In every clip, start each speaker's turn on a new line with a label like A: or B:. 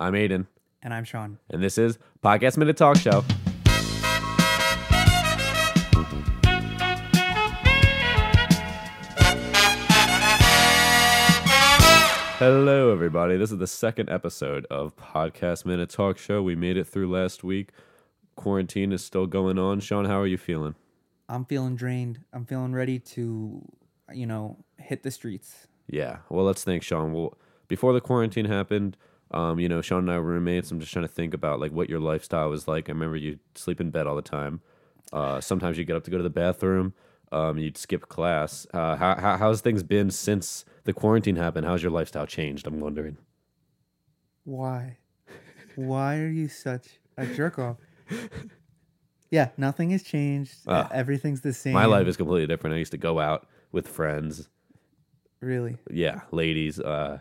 A: I'm Aiden,
B: And I'm Sean.
A: and this is Podcast Minute Talk Show. Hello, everybody. This is the second episode of Podcast Minute Talk Show. We made it through last week. Quarantine is still going on. Sean, how are you feeling?
B: I'm feeling drained. I'm feeling ready to, you know, hit the streets.
A: Yeah. Well, let's think, Sean. Well, before the quarantine happened, um, you know, Sean and I were roommates. I'm just trying to think about like what your lifestyle was like. I remember you sleep in bed all the time. Uh, sometimes you get up to go to the bathroom. Um, you'd skip class. Uh, how, how how's things been since the quarantine happened? How's your lifestyle changed? I'm wondering.
B: Why? Why are you such a jerk off? Yeah, nothing has changed.
A: Ah.
B: Everything's the same.
A: My life is completely different. I used to go out with friends.
B: really.
A: Yeah, ladies, uh,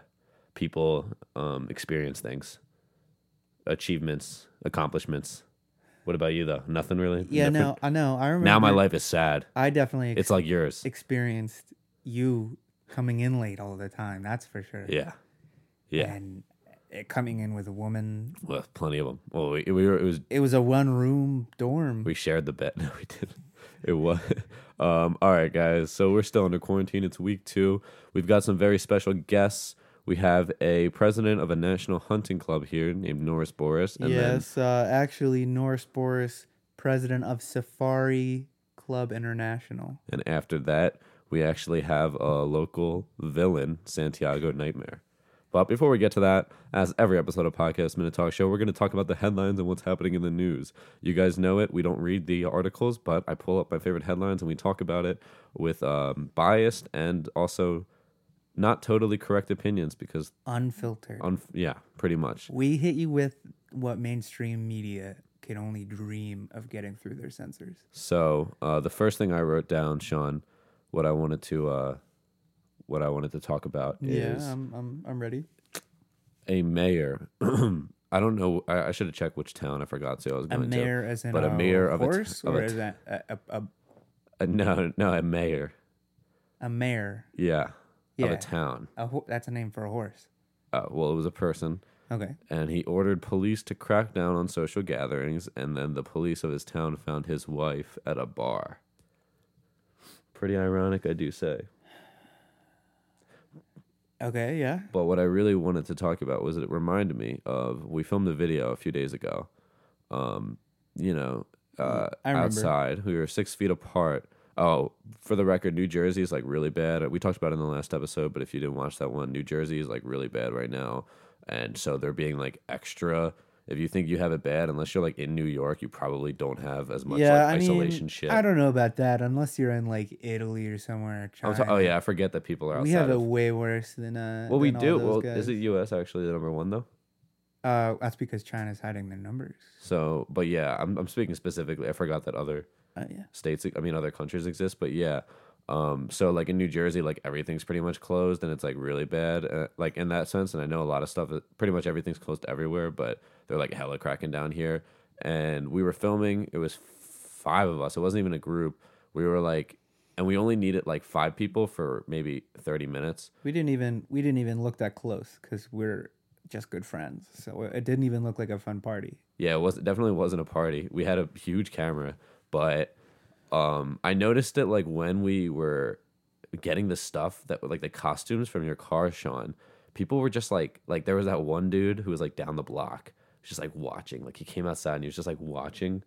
A: people, um, experience things, achievements, accomplishments. What about you though? Nothing really.
B: Yeah,
A: Different?
B: no, I know. I remember.
A: Now my life is sad.
B: I definitely ex-
A: It's like yours.
B: experienced you coming in late all the time. That's for sure.
A: Yeah, yeah.
B: And it coming in with a woman.
A: Well, plenty of them. Well, we, we were it was
B: It was a one room dorm.
A: we shared the bed. No, we didn't. It was. Um. All right, guys. So we're still under quarantine. It's week two. We've got some very special guests. We have a president of a national hunting club here named Norris Boris. And Then,
B: yes, uh, actually, Norris Boris, president of Safari Club International.
A: and after that, we actually have a local villain, Santiago Nightmare. But before we get to that, as every episode of Podcast Minute Talk Show, we're going to talk about the headlines and what's happening in the news. You guys know it. We don't read the articles, but I pull up my favorite headlines and we talk about it with um, biased and also not totally correct opinions because,
B: Unfiltered.
A: un- yeah, pretty much.
B: we hit you with what mainstream media can only dream of getting through their censors.
A: So uh, the first thing I wrote down, Sean, what I wanted to uh, what I wanted to talk about is
B: I'm, I'm, I'm ready.
A: a mayor. I don't know. I, I should have checked which town. I forgot. So I was
B: A
A: going
B: mayor as in
A: but a
B: a,
A: mayor of a t-
B: horse
A: of a
B: or
A: t-
B: is that a, a, a,
A: to. Uh, no, no, a mayor.
B: a mayor?
A: Yeah, of
B: Yeah.
A: a town.
B: A ho- that's a name for a horse.
A: Uh, well, it was a person,
B: Okay.
A: and he ordered police to crack down on social gatherings. And then the police of his town found his wife at a bar. Pretty ironic, I do say.
B: Okay, yeah.
A: But what I really wanted to talk about was that it reminded me of we filmed a video a few days ago. Um, you know, uh,
B: I remember.
A: outside we were six feet apart. Oh, for the record, New Jersey is like really bad. We talked about it in the last episode, but if you didn't watch that one, New Jersey is like really bad right now, and so they're being like extra. If you think you have it bad, unless you're like in New York, you probably don't have as much
B: yeah,
A: like,
B: I mean,
A: isolation shit.
B: I don't know about that unless you're in like Italy or somewhere.
A: I'm
B: China.
A: ta- oh yeah, I forget that people are outside.
B: We have it
A: of-
B: way worse than uh.
A: well, we
B: than all
A: do.
B: those
A: Well,
B: guys.
A: is it U.S. actually the number one though?
B: Uh, that's because China's hiding their numbers.
A: So, but yeah, I'm, I'm speaking specifically. I forgot that other
B: Uh, yeah.
A: states, I mean, other countries exist, but yeah. Um, so like in New Jersey, like everything's pretty much closed and it's like really bad, uh, like in that sense. And I know a lot of stuff, uh, pretty much everything's closed everywhere, but they're like hella cracking down here. And we were filming, it was five of us, it wasn't even a group. We were like, and we only needed like five people for maybe 30 minutes.
B: We didn't even we didn't even look that close because we're just good friends. So uh, it didn't even look like a fun party.
A: Yeah, it was definitely wasn't a party. We had a huge camera, but um I noticed it like when we were getting the stuff that like the costumes from your car, Sean. People were just like like there was that one dude who was like down the block, just like watching. Like he came outside and he was just like watching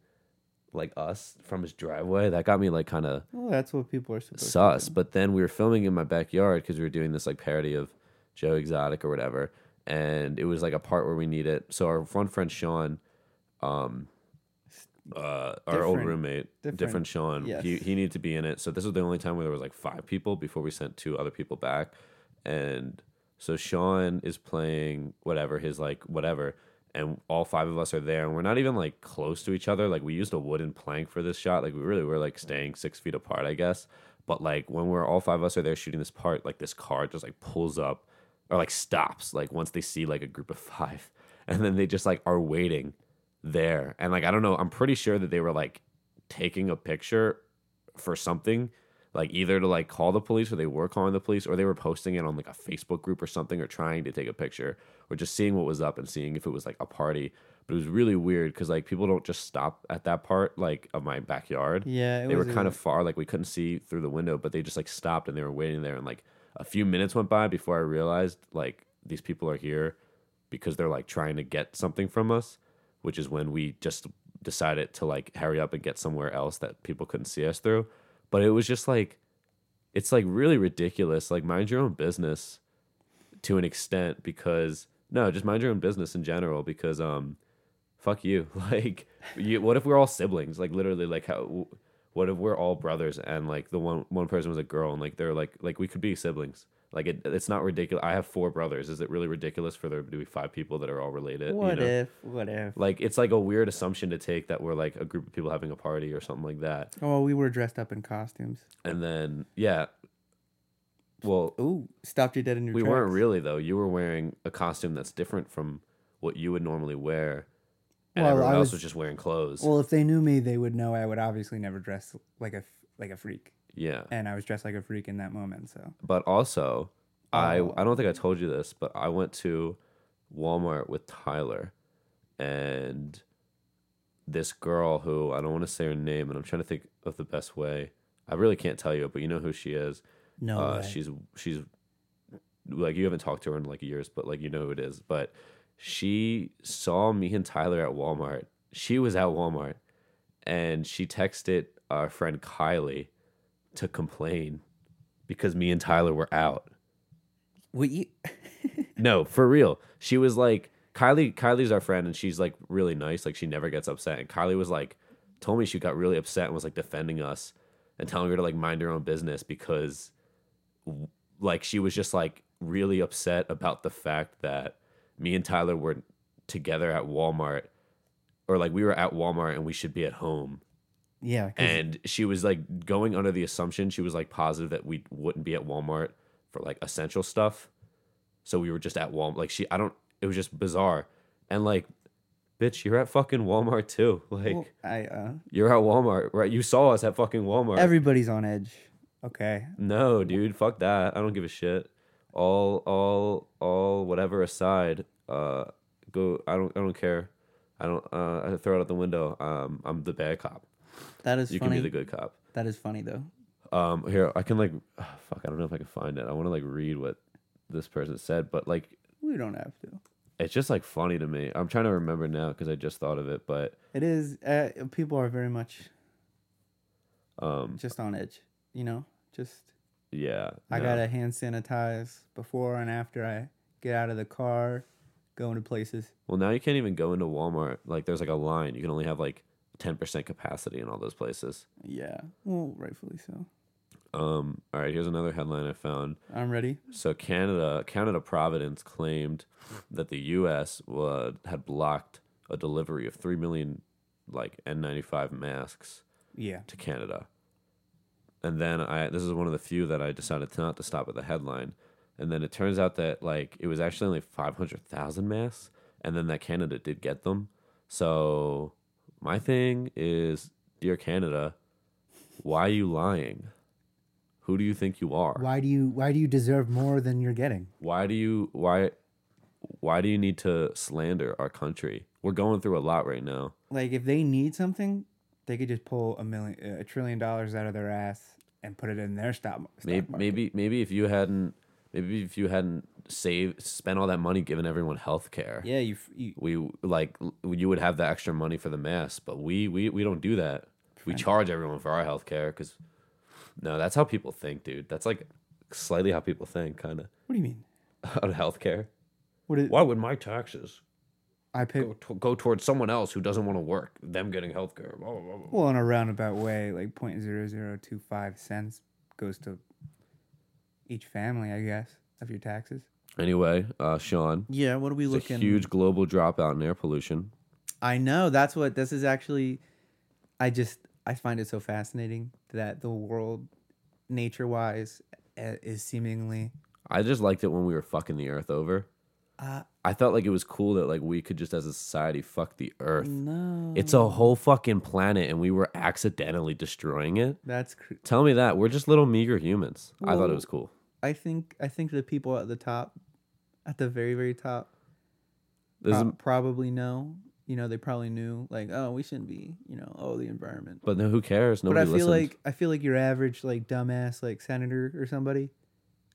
A: like us from his driveway. That got me like kind of
B: Well, that's what people are supposed.
A: sus. But then we were filming in my backyard because we were doing this like parody of Joe Exotic or whatever, and it was like a part where we needed. So our one friend Sean, um, uh, our old
B: Different-
A: roommate, different,
B: different,
A: Sean,
B: yes.
A: he he needed to be in it. So this was the only time where there was like five people before we sent two other people back, and so Sean is playing whatever his like whatever. And all five of us are there, and we're not even like close to each other. Like we used a wooden plank for this shot. Like we really were like staying six feet apart, I guess. But like when we're all five of us are there shooting this part, like this car just like pulls up or like stops, like once they see like a group of five, and then they just like are waiting there. And like I don't know, I'm pretty sure that they were like taking a picture for something. like either to like call the police or they were calling the police or they were posting it on like a Facebook group or something or trying to take a picture or just seeing what was up and seeing if it was like a party. But it was really weird because like people don't just stop at that part like of my backyard.
B: Yeah, it
A: they were
B: was a-
A: kind of far, like we couldn't see through the window, but they just like stopped and they were waiting there. And like a few minutes went by before I realized like these people are here because they're like trying to get something from us, which is when we just decided to like hurry up and get somewhere else that people couldn't see us through. But it was just like, it's like really ridiculous. Like, mind your own business to an extent because no, just mind your own business in general because, um, fuck you. Like, you, what if we're all siblings? Like, literally, like, how, what if we're all brothers and like the one one person was a girl and like they're like like we could be siblings like it, it's not ridiculous i have four brothers is it really ridiculous for there to be five people that are all related
B: What
A: you know?
B: if? What if?
A: like it's like a weird assumption to take that we're like a group of people having a party or something like that
B: Oh, we were dressed up in costumes.
A: and then yeah well
B: Ooh, stopped you dead in your
A: we
B: tracks.
A: weren't really though you were wearing a costume that's different from what you would normally wear and
B: Well,
A: everyone
B: I
A: else
B: was-
A: was just wearing clothes
B: Well, if they knew me, they would know I would obviously never dress like a f- like a freak,
A: yeah
B: and I was dressed like a freak in that moment. So
A: But also, I
B: Oh.
A: I don't think I told you this, but I went to Walmart with Tyler and this girl who I don't want to say her name, and I'm trying to think of the best way. I really can't tell you, but you know who she is.
B: no,
A: uh,
B: way.
A: she's she's like you haven't talked to her in like years, but like you know who it is. But she saw me and Tyler at Walmart. She was at Walmart, and she texted our friend Kylie to complain because me and Tyler were out.
B: What you?
A: No, for real. She was like Kylie. Kylie's our friend, and she's like really nice. Like she never gets upset. And Kylie was like, told me she got really upset and was like defending us and telling her to like mind her own business because, w- like, she was just like really upset about the fact that me and Tyler were together at Walmart, or like we were at Walmart and we should be at home.
B: Yeah, 'cause-
A: And she was like going under the assumption she was like positive that we wouldn't be at Walmart for like essential stuff. So we were just at Walmart. Like she, I don't. It was just bizarre. And like, bitch, you're at fucking Walmart too. Like
B: well, I uh,
A: you're at Walmart, right? You saw us at fucking Walmart.
B: everybody's on edge. Okay,
A: no, dude, fuck that. I don't give a shit. All, all, all, whatever aside. Uh, go. I don't. I don't care. I don't. Uh, I throw it out the window. Um, I'm the bad cop.
B: that is
A: You
B: funny.
A: can be the good cop.
B: that is funny though.
A: Um, here I can like, fuck, I don't know if I can find it. I want to like read what this person said, but like,
B: We don't have to.
A: it's just like funny to me. I'm trying to remember now because I just thought of it, but
B: It is. Uh, people are very much
A: um,
B: just on edge. You know, just
A: yeah,
B: I
A: no.
B: gotta hand sanitize before and after I get out of the car, go into places.
A: Well, now you can't even go into Walmart. Like, there's like a line. You can only have like 10% capacity in all those places.
B: Yeah, well, rightfully so.
A: Um, all right, here's another headline I found.
B: I'm ready.
A: So Canada, Canada Providence claimed that the U.S. wa had blocked a delivery of three million like N95 masks.
B: Yeah.
A: to Canada. And then I this is one of the few that I decided to not to stop at the headline. And then it turns out that like it was actually only 500,000 masks and then that Canada did get them. So my thing is dear Canada, why are you lying? Who do you think you are?
B: Why do you Why do you deserve more than you're getting?
A: why do you why why do you need to slander our country? We're going through a lot right now.
B: Like, if they need something, they could just pull a million, uh, a trillion dollars out of their ass and put it in their stock. stock
A: maybe,
B: market.
A: maybe maybe if you hadn't maybe if you hadn't saved spent all that money giving everyone health care
B: Yeah, you. f- you
A: we like l- you would have the extra money for the mass but we we, we don't do that we charge everyone for our health care because no that's how people think dude that's like slightly how people think kind
B: what do you mean?
A: of on health care
B: What is,
A: why would my taxes
B: I pick?
A: go, to, go towards someone else who doesn't want to work them getting health care blah, blah, blah, blah.
B: Well, in a roundabout way, like point zero zero two five cents goes to each family, I guess, of your taxes.
A: anyway uh sean
B: Yeah. What are we
A: there's a huge global dropout in air pollution
B: I know. That's what this is actually. I just I find it so fascinating that the world, nature wise, is seemingly.
A: i just liked it when we were fucking the earth over
B: Uh,
A: I felt like it was cool that like we could just as a society fuck the earth.
B: No.
A: It's a whole fucking planet and we were accidentally destroying it.
B: That's. Cr-
A: Tell me that. We're just little meager humans. I thought it
B: Well-
A: was cool.
B: I think. I think the people at the top, at the very very top,
A: This is,
B: prob- probably know. You know, they probably knew. Like, oh, we shouldn't be. You know, oh, the environment.
A: but no, who cares?
B: but
A: Nobody
B: I feel
A: listened.
B: like I feel like your average like dumbass like senator or somebody.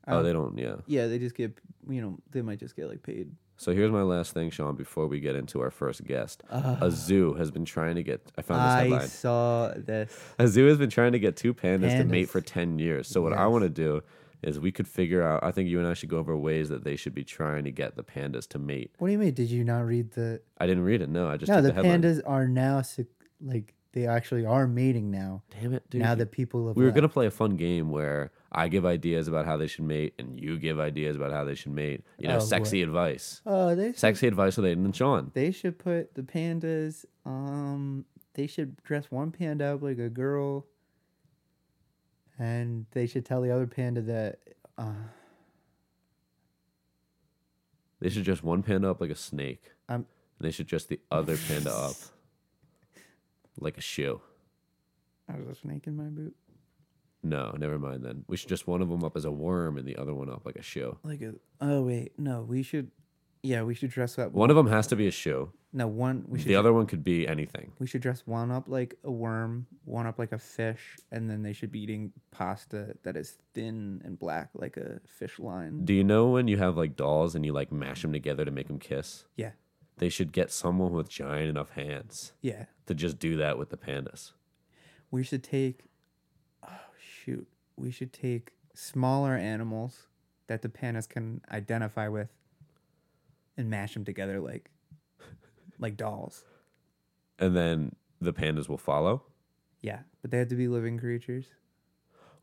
A: oh,
B: um,
A: they don't. Yeah.
B: Yeah, they just get. You know, they might just get like paid.
A: So here's my last thing, Sean, before we get into our first guest. a zoo has been trying to get. I found this
B: Ah, I
A: headline.
B: saw this.
A: A zoo has been trying to get two pandas, to mate
B: Pandas.
A: for 10 years. So, what I
B: Yes.
A: want to do is we could figure out, I think you and I should go over ways that they should be trying to get the pandas to mate.
B: What do you mean? Did you not read the?
A: I didn't read it. No, I just
B: no,
A: took
B: the
A: the, headline.
B: pandas are now sec- like they actually are mating now.
A: Damn it, dude.
B: now that people have
A: we were
B: left.
A: going to play a fun game where I give ideas about how they should mate and you give ideas about how they should mate. You know,
B: Oh,
A: sexy advice.
B: Oh, they should,
A: Sexy advice with Aiden and Sean.
B: they should put the pandas. Um, they should dress one panda up like a girl, and they should tell the other panda that. Uh,
A: They should dress one panda up like a snake.
B: I'm-
A: and they should dress the other panda up like a shoe.
B: I was a snake in my boot,
A: No, never mind then. We should just one of them up as a worm and the other one up like a shoe.
B: like a. Oh wait, no, we should. Yeah, we should dress up.
A: One of them has to be a shoe.
B: No, one. We should.
A: The other one could be anything.
B: We should dress one up like a worm, one up like a fish, and then they should be eating pasta that is thin and black like a fish line.
A: Do you know when you have like dolls and you like mash them together to make them kiss?
B: Yeah.
A: They should get someone with giant enough hands
B: Yeah.
A: to just do that with the pandas.
B: We should take oh shoot. We should take smaller animals that the pandas can identify with and mash them together like like dolls.
A: And then the pandas will follow.
B: Yeah, but they have to be living creatures.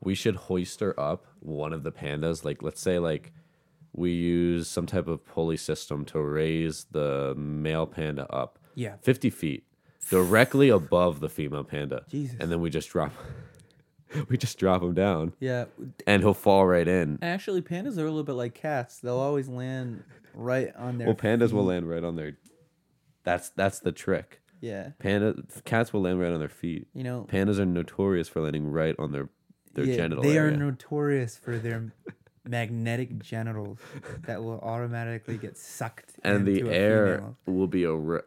A: we should hoister up one of the pandas like let's say like we use some type of pulley system to raise the male panda up
B: Yeah.
A: 50 feet directly above the female panda
B: Jesus.
A: and then we just drop we just drop him down
B: Yeah,
A: and he'll fall right in
B: actually pandas are a little bit like cats. They'll always land right on their
A: well pandas will land right on their that's that's the trick
B: Yeah.
A: panda cats will land right on their feet
B: You know,
A: pandas are notorious for landing right on their their
B: Yeah,
A: genital
B: They
A: area.
B: are notorious for their magnetic genitals that will automatically get sucked
A: and the
B: into a
A: air
B: female.
A: will be ar-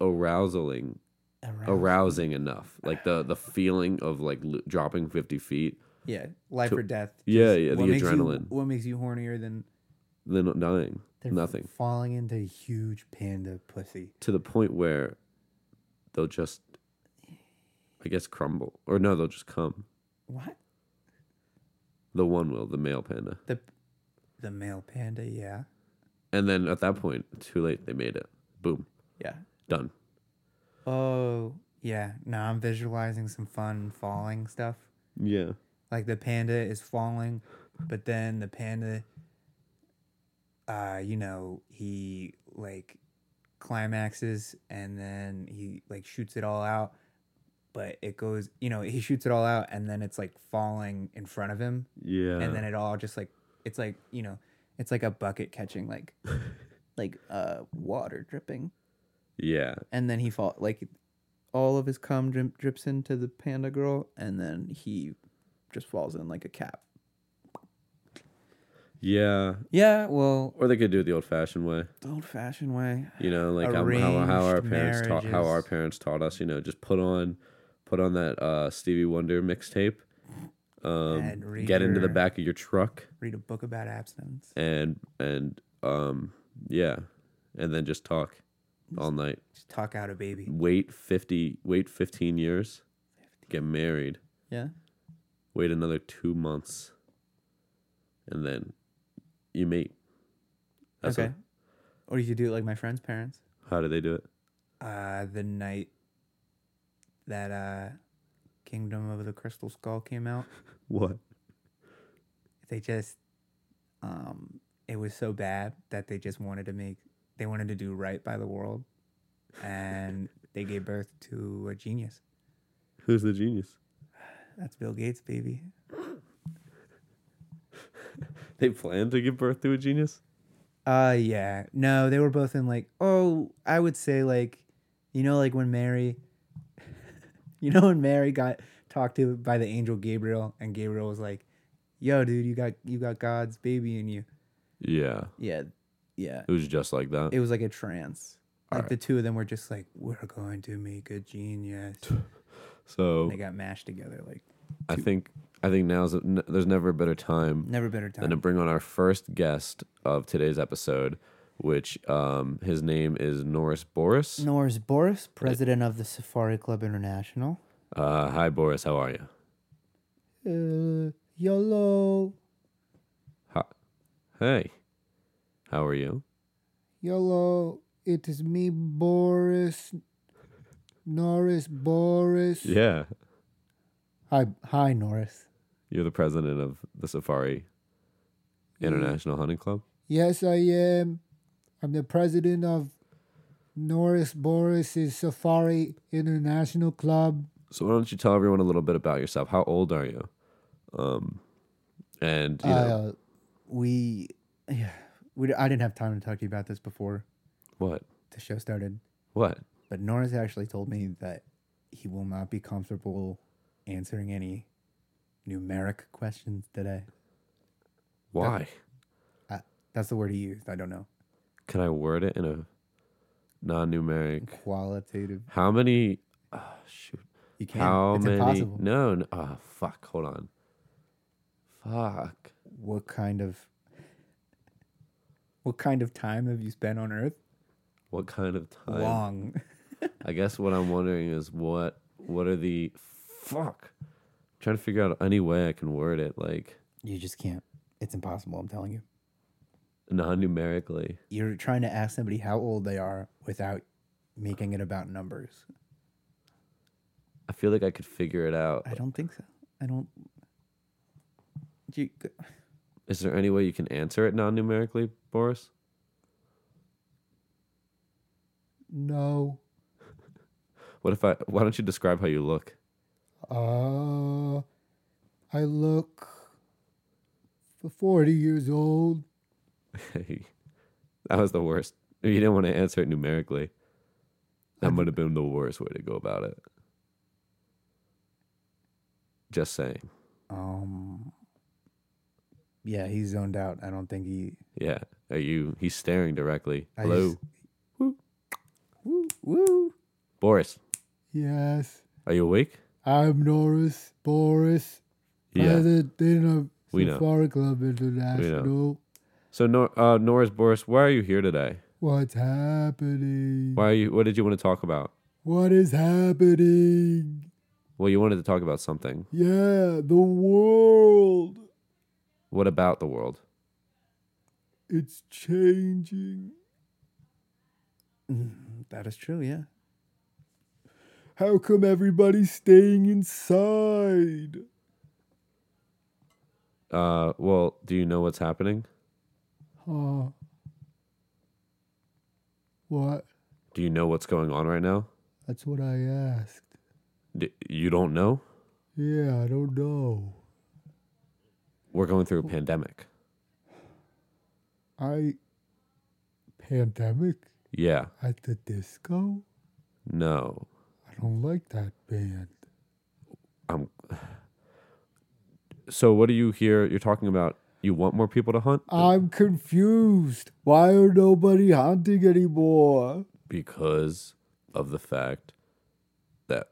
A: arousaling
B: Around.
A: arousing enough like the the feeling of like lo- dropping 50 feet
B: Yeah, life or death.
A: yeah,
B: Just
A: yeah, the
B: what makes you-
A: adrenaline.
B: what makes you hornier than
A: then not dying
B: they're
A: nothing
B: falling into huge panda pussy?
A: to the point where they'll just i guess crumble or no they'll just come
B: What
A: the one will the male panda
B: the the male panda? Yeah,
A: and then at that point too late they made it boom
B: yeah.
A: done
B: Oh yeah. Now I'm visualizing some fun falling stuff.
A: yeah
B: like the panda is falling, but then the panda, uh, you know, he like climaxes and then he like shoots it all out, but it goes, you know, he shoots it all out and then it's like falling in front of him,
A: yeah
B: and then it all just like it's like you know, it's like a bucket catching like like uh water dripping,
A: yeah
B: and then he fall like all of his cum drip, drips into the panda girl, and then he just falls in like a cap.
A: yeah
B: Yeah, well,
A: or they could do it the old fashioned way
B: the old-fashioned way.
A: you know like how, how, how our
B: Arranged
A: parents taught how our
B: marriages.
A: parents taught us you know just put on put on that uh stevie wonder mixtape um
B: And read
A: get into the
B: your-
A: back of your truck
B: Read a book about abstinence.
A: and and um yeah and then just talk all night
B: Just talk out a baby.
A: wait 50 wait 15 years get married
B: Yeah.
A: wait another two months and then you mate That's
B: okay.
A: it.
B: Or you could do it like my friend's parents.
A: how do they do it
B: Uh, the night that uh, Kingdom of the Crystal Skull came out,
A: what
B: they just, um, it was so bad that they just wanted to make, they wanted to do right by the world, and they gave birth to a genius.
A: who's the genius
B: That's Bill Gates, baby.
A: they plan to give birth to a genius
B: Uh yeah. No, they were both in like oh, I would say like you know like when Mary you know when Mary got talked to by the angel Gabriel and Gabriel was like, "Yo, dude, you got you got God's baby in you."
A: Yeah.
B: Yeah. Yeah.
A: It was just like that.
B: It was like a trance.
A: All
B: Like the two of them were just like, "We're going to make a genius."
A: so
B: they got mashed together like
A: I think I think now's n- there's never a better time
B: never better time.
A: and to bring on our first guest of today's episode, which um, his name is Norris Boris.
B: Norris Boris, president of the Safari Club International.
A: Uh, hi, Boris. How are you?
B: Uh, YOLO,
A: Hi. Hey, how are you?
B: YOLO, it is me, Boris. Norris Boris.
A: Yeah,
B: Hi, hi, Norris.
A: you're the president of the Safari International Hunting Club.
C: Yes, I am. I'm the president of Norris Boris's Safari International Club.
A: So why don't you tell everyone a little bit about yourself? How old are you? Um, and you know
B: Uh, we, yeah, we, I didn't have time to talk to you about this before
A: what?
B: the show started,
A: What?
B: but Norris actually told me that he will not be comfortable answering any numeric questions today.
A: Why?
B: I, that's the word he used. I don't know.
A: Can I word it in a non-numeric?
B: Qualitative.
A: How many? Oh, shoot.
B: You can't.
A: How
B: it's
A: many?
B: impossible.
A: No, no. Oh, fuck. Hold on. Fuck.
B: What kind of what kind of time have you spent on Earth?
A: What kind of time?
B: Long.
A: I guess what I'm wondering is what what are the fuck? I'm trying to figure out any way I can word it like
B: You just can't. It's impossible. I'm telling you.
A: non-numerically.
B: You're trying to ask somebody how old they are without making it about numbers.
A: I feel like I could figure it out.
B: I don't think so. I don't. Do you,
A: Is there any way you can answer it non-numerically, Boris?
C: No.
A: What if I? Why don't you describe how you look?
C: Uh, I look for 40 years old.
A: Hey, that was the worst. You didn't want to answer it numerically. That would have been the worst way to go about it. Just saying.
B: um. Yeah, he's zoned out. I don't think he.
A: Yeah. Are you? He's staring directly.
B: I
A: Hello,
B: just- Woo, woo.
A: Boris.
C: Yes,
A: Are you awake?
C: I'm Norris Boris,
B: Uh,
C: president
A: We
C: of
A: know.
C: Safari Club International.
A: So, Nor- uh, Norris, Boris, why are you here today?
C: What's happening?
A: Why are you? What did you want to talk about?
C: What is happening?
A: Well, you wanted to talk about something.
C: Yeah, the world.
A: What about the world?
C: It's changing.
B: Mm, That is true. Yeah.
C: How come everybody's staying inside?
A: Uh, well, do you know what's happening?
C: Huh. Oh. What?
A: Do you know what's going on right now?
C: That's what I asked.
A: D- you don't know?
C: Yeah, I don't know.
A: We're going through a pandemic.
C: I. Pandemic?
A: Yeah.
C: At the disco?
A: No.
C: I don't like that band.
A: I'm. So, what do you hear? You're talking about you want more people to hunt
B: Uh,
C: I'm confused. Why are nobody hunting anymore?
A: because of the fact that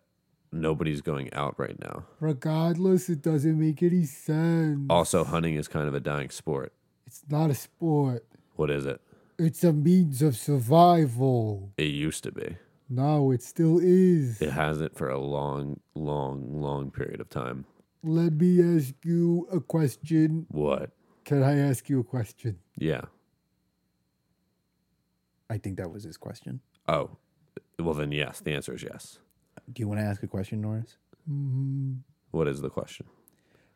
A: nobody's going out right now.
C: Regardless, it doesn't make any sense.
A: Also, hunting is kind of a dying sport.
C: It's not a sport.
A: What is it?
C: It's a means of survival.
A: It used to be.
C: No, it still is.
A: It hasn't for a long, long, long period of time.
C: Let me ask you a question.
A: What?
C: Can I ask you a question?
A: Yeah.
B: I think that was his question.
A: Oh, well, then, yes. The answer is yes.
B: Do you want to ask a question, Norris?
C: Mhm.
A: What is the question?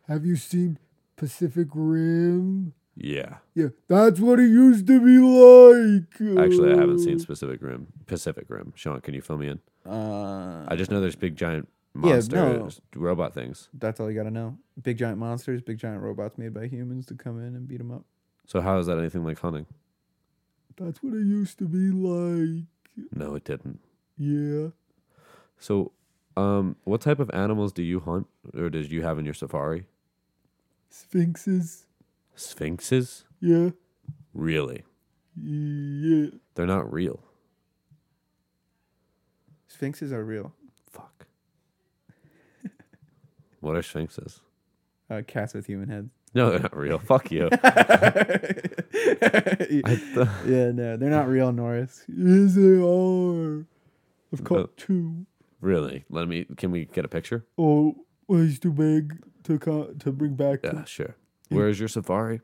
C: Have you seen Pacific Rim?
A: Yeah.
C: Yeah, that's what it used to be like.
A: Actually, I haven't
C: Uh,
A: seen Specific Rim. Pacific Rim. Sean, can you fill me in?
B: Uh,
A: I just know there's big, giant
B: Yeah,
A: monsters,
B: no.
A: robot things.
B: that's all you gotta know. Big giant monsters, big giant robots made by humans to come in and beat them up.
A: So, how is that anything like hunting?
C: That's what it used to be like.
A: No, it didn't.
C: Yeah.
A: So, um, what type of animals do you hunt or did you have in your safari?
C: Sphinxes.
A: Sphinxes?
C: Yeah.
A: Really?
C: Yeah.
A: They're not real.
B: Sphinxes are real.
A: Fuck. what are sphinxes?
B: Uh, cats with human heads.
A: No, they're not real. Fuck you. I th-
B: yeah, no, they're not real, Norris.
C: Yes, they are. I've
A: But-
C: caught two.
A: really? Let me. Can we get a picture?
C: Oh, well, he's too big to co- to bring back.
A: Yeah,
C: To,
A: sure. Where is your safari?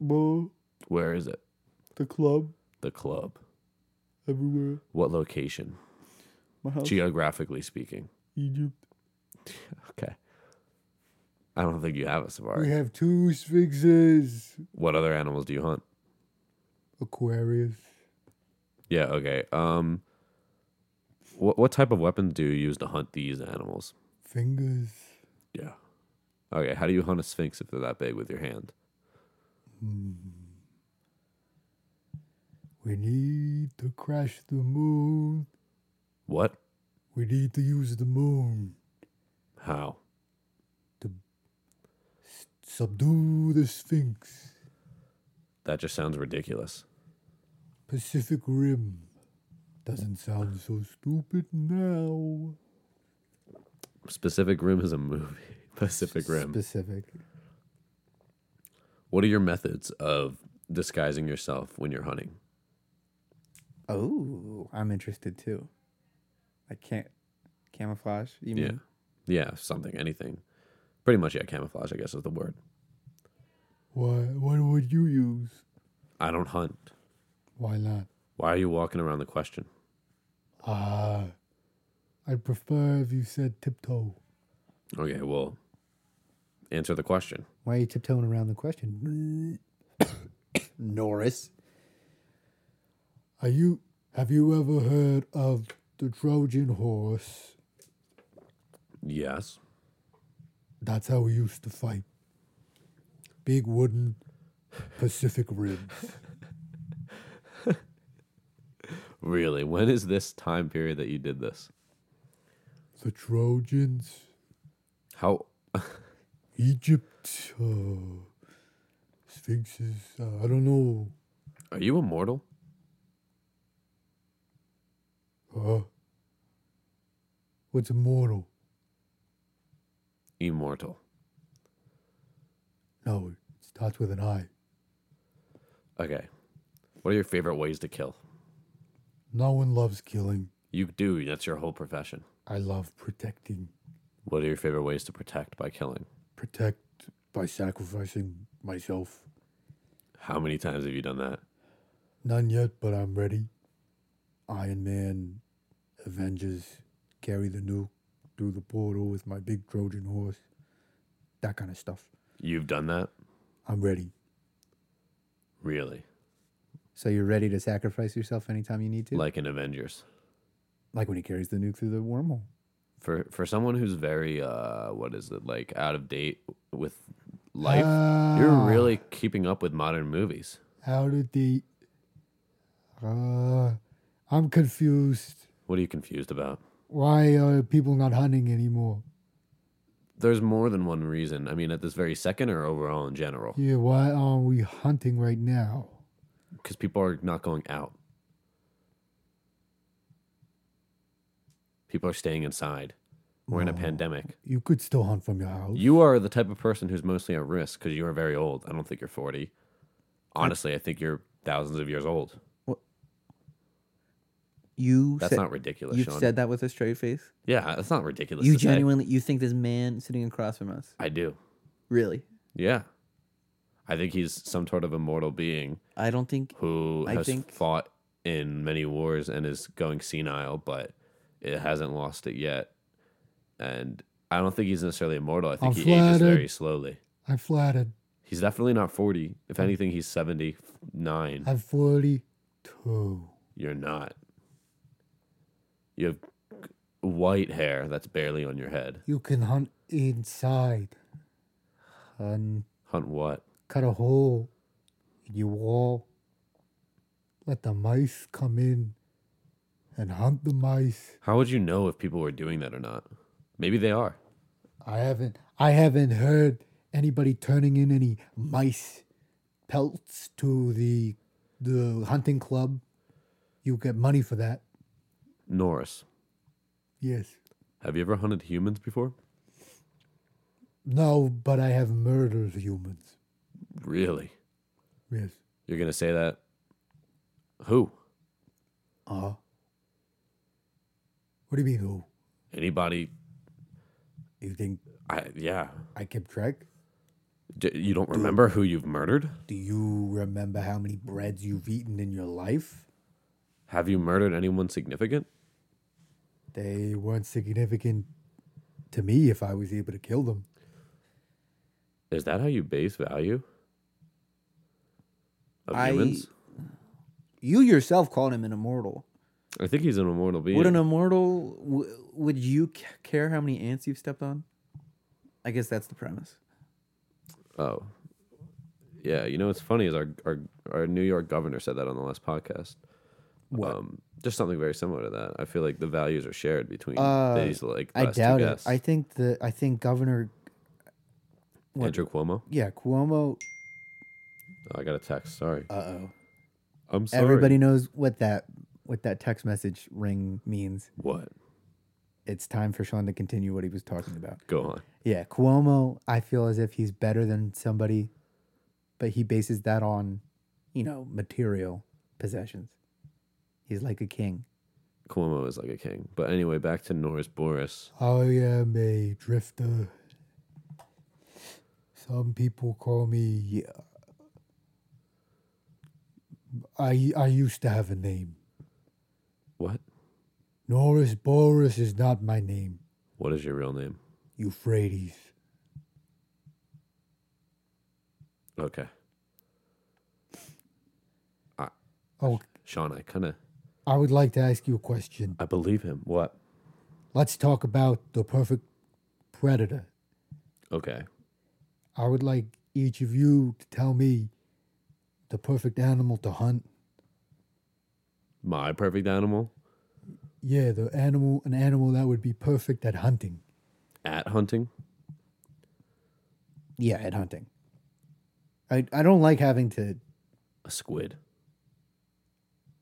C: well,
A: Where is it?
C: the club
A: The club.
C: everywhere.
A: What location?
B: My house.
A: Geographically speaking.
C: Egypt.
A: Okay. I don't think you have a safari.
C: We have two sphinxes.
A: What other animals do you hunt?
C: Aquarius.
A: Yeah, okay. Um what what type of weapons do you use to hunt these animals?
C: Fingers.
A: Yeah. Okay, how do you hunt a sphinx if they're that big with your hand?
C: Hmm. We need to crash the moon.
A: What?
C: We need to use the moon.
A: How?
C: Subdue the sphinx.
A: That just sounds ridiculous.
C: Pacific Rim. Doesn't sound so stupid now.
A: Pacific Rim is a movie. Pacific Rim.
C: Specific.
A: what are your methods of disguising yourself when you're hunting?
B: Oh, I'm interested too. I can't camouflage. You mean?
A: Yeah. Yeah, something, anything. Pretty much yeah, camouflage, I guess is the word.
C: Why? What would you use?
A: I don't hunt.
C: Why not?
A: Why are you walking around the question?
C: Ah, I'd prefer if you said tiptoe.
A: Okay, well, answer the question.
C: Why are you tiptoeing around the question?
B: Norris.
C: Are you? Have you ever heard of the Trojan horse?
A: Yes.
C: That's how we used to fight. Big wooden Pacific ribs.
A: Really? When is this time period that you did this?
C: The Trojans,
A: How?
C: Egypt, uh, Sphinxes. Uh, I don't know.
A: Are you immortal?
C: Uh, what's immortal?
A: Immortal.
C: No, it starts with an I.
A: Okay. What are your favorite ways to kill?
C: No one loves killing.
A: You do. That's your whole profession.
C: I love protecting.
A: What are your favorite ways to protect by killing?
C: Protect by sacrificing myself.
A: How many times have you done that?
C: None yet, but I'm ready. Iron Man, Avengers, carry the nuke through the portal with my big Trojan horse. That kind of stuff.
A: You've done that?
C: I'm ready.
A: Really?
B: So you're ready to sacrifice yourself anytime you need to,
A: Like in Avengers.
B: like when he carries the nuke through the wormhole.
A: For for someone who's very uh what is it? Like out of date with life. you're
C: Ah.
A: really keeping up with modern movies.
C: Out of date. Uh, I'm confused.
A: What are you confused about?
C: Why are people not hunting anymore?
A: There's more than one reason. I mean, at this very second or overall in general.
C: Yeah, why aren't we hunting right now?
A: because people are not going out. People are staying inside. We're in a pandemic.
C: You could still hunt from your house.
A: You are the type of person who's mostly at risk because you are very old. I don't think you're 40. Honestly, I think you're thousands of years old.
D: You
A: That's
D: said,
A: not ridiculous,
D: you've
A: Sean.
D: said that with a straight face.
A: yeah, that's not ridiculous.
D: You
A: to say.
D: genuinely you think this man sitting across from us
A: I do.
D: really?
A: Yeah. I think he's some sort of immortal being
D: I don't think
A: who
D: I
A: has
D: think-
A: fought in many wars and is going senile, but it hasn't lost it yet. And I don't think he's necessarily immortal. I think
C: I'm
A: he ages
C: flattered.
A: very slowly.
C: I'm flattered.
A: He's definitely not 40. If anything, he's 79.
C: I'm 42.
A: You're not. You have white hair that's barely on your head.
C: You can hunt inside.
B: Un-
A: Hunt what?
C: Cut a hole in your wall Let the mice come in and hunt the mice.
A: How would you know if people were doing that or not? Maybe they are.
C: I haven't I haven't heard anybody turning in any mice pelts to the the hunting club. You get money for that.
A: Norris,
C: Yes.
A: have you ever hunted humans before?
C: No, but I have murdered humans.
A: Really?
C: Yes.
A: You're gonna say that? Who?
C: Uh What do you mean who?
A: Anybody?
C: You think
A: I yeah.
C: I kept track?
A: D- you don't remember who you've murdered?
C: Do you remember how many breads you've eaten in your life?
A: Have you murdered anyone significant?
C: They weren't significant to me if I was able to kill them.
A: Is that how you base value of
B: I-
A: humans?
B: You yourself called him an immortal.
A: I think he's an immortal being.
B: Would an immortal? W- would you c- care how many ants you've stepped on? I guess that's the premise.
A: Oh. Yeah, you know what's funny is our, our our New York governor said that on the last podcast.
B: What?
A: Um, just something very similar to that. I feel like the values are shared between
C: Uh,
A: these like
C: I
A: last two
C: doubt it.
A: guests.
C: I think the I think Governor what-
A: Andrew Cuomo.
C: yeah
A: Oh,
C: Cuomo.
A: I got a text. Sorry.
C: Uh oh.
A: I'm sorry.
C: Everybody
A: Everybody.
C: knows what that.
B: What that text message ring means?
A: What?
B: It's time for Sean to continue what he was talking about.
A: Go on.
C: Yeah, Cuomo. I feel as if he's better than somebody, but he bases that on, you know, material possessions.
B: He's like a king.
A: Cuomo is like a king. But anyway, back to Norris Boris.
C: I am a drifter. Some people call me. uh, I I used to have a name.
A: What?
C: Norris Boris is not my name.
A: What is your real name?
C: Euphrates.
A: Okay.
C: Oh,
A: Sean, I kind of
C: I would like to ask you a question.
A: I believe him. What?
C: Let's talk about the perfect predator.
A: Okay.
C: I would like each of you to tell me the perfect animal to hunt.
A: My perfect animal
C: Yeah, the animal, an animal that would be perfect at hunting.
A: at hunting.
C: Yeah, at hunting. I I don't like having to.
A: A squid.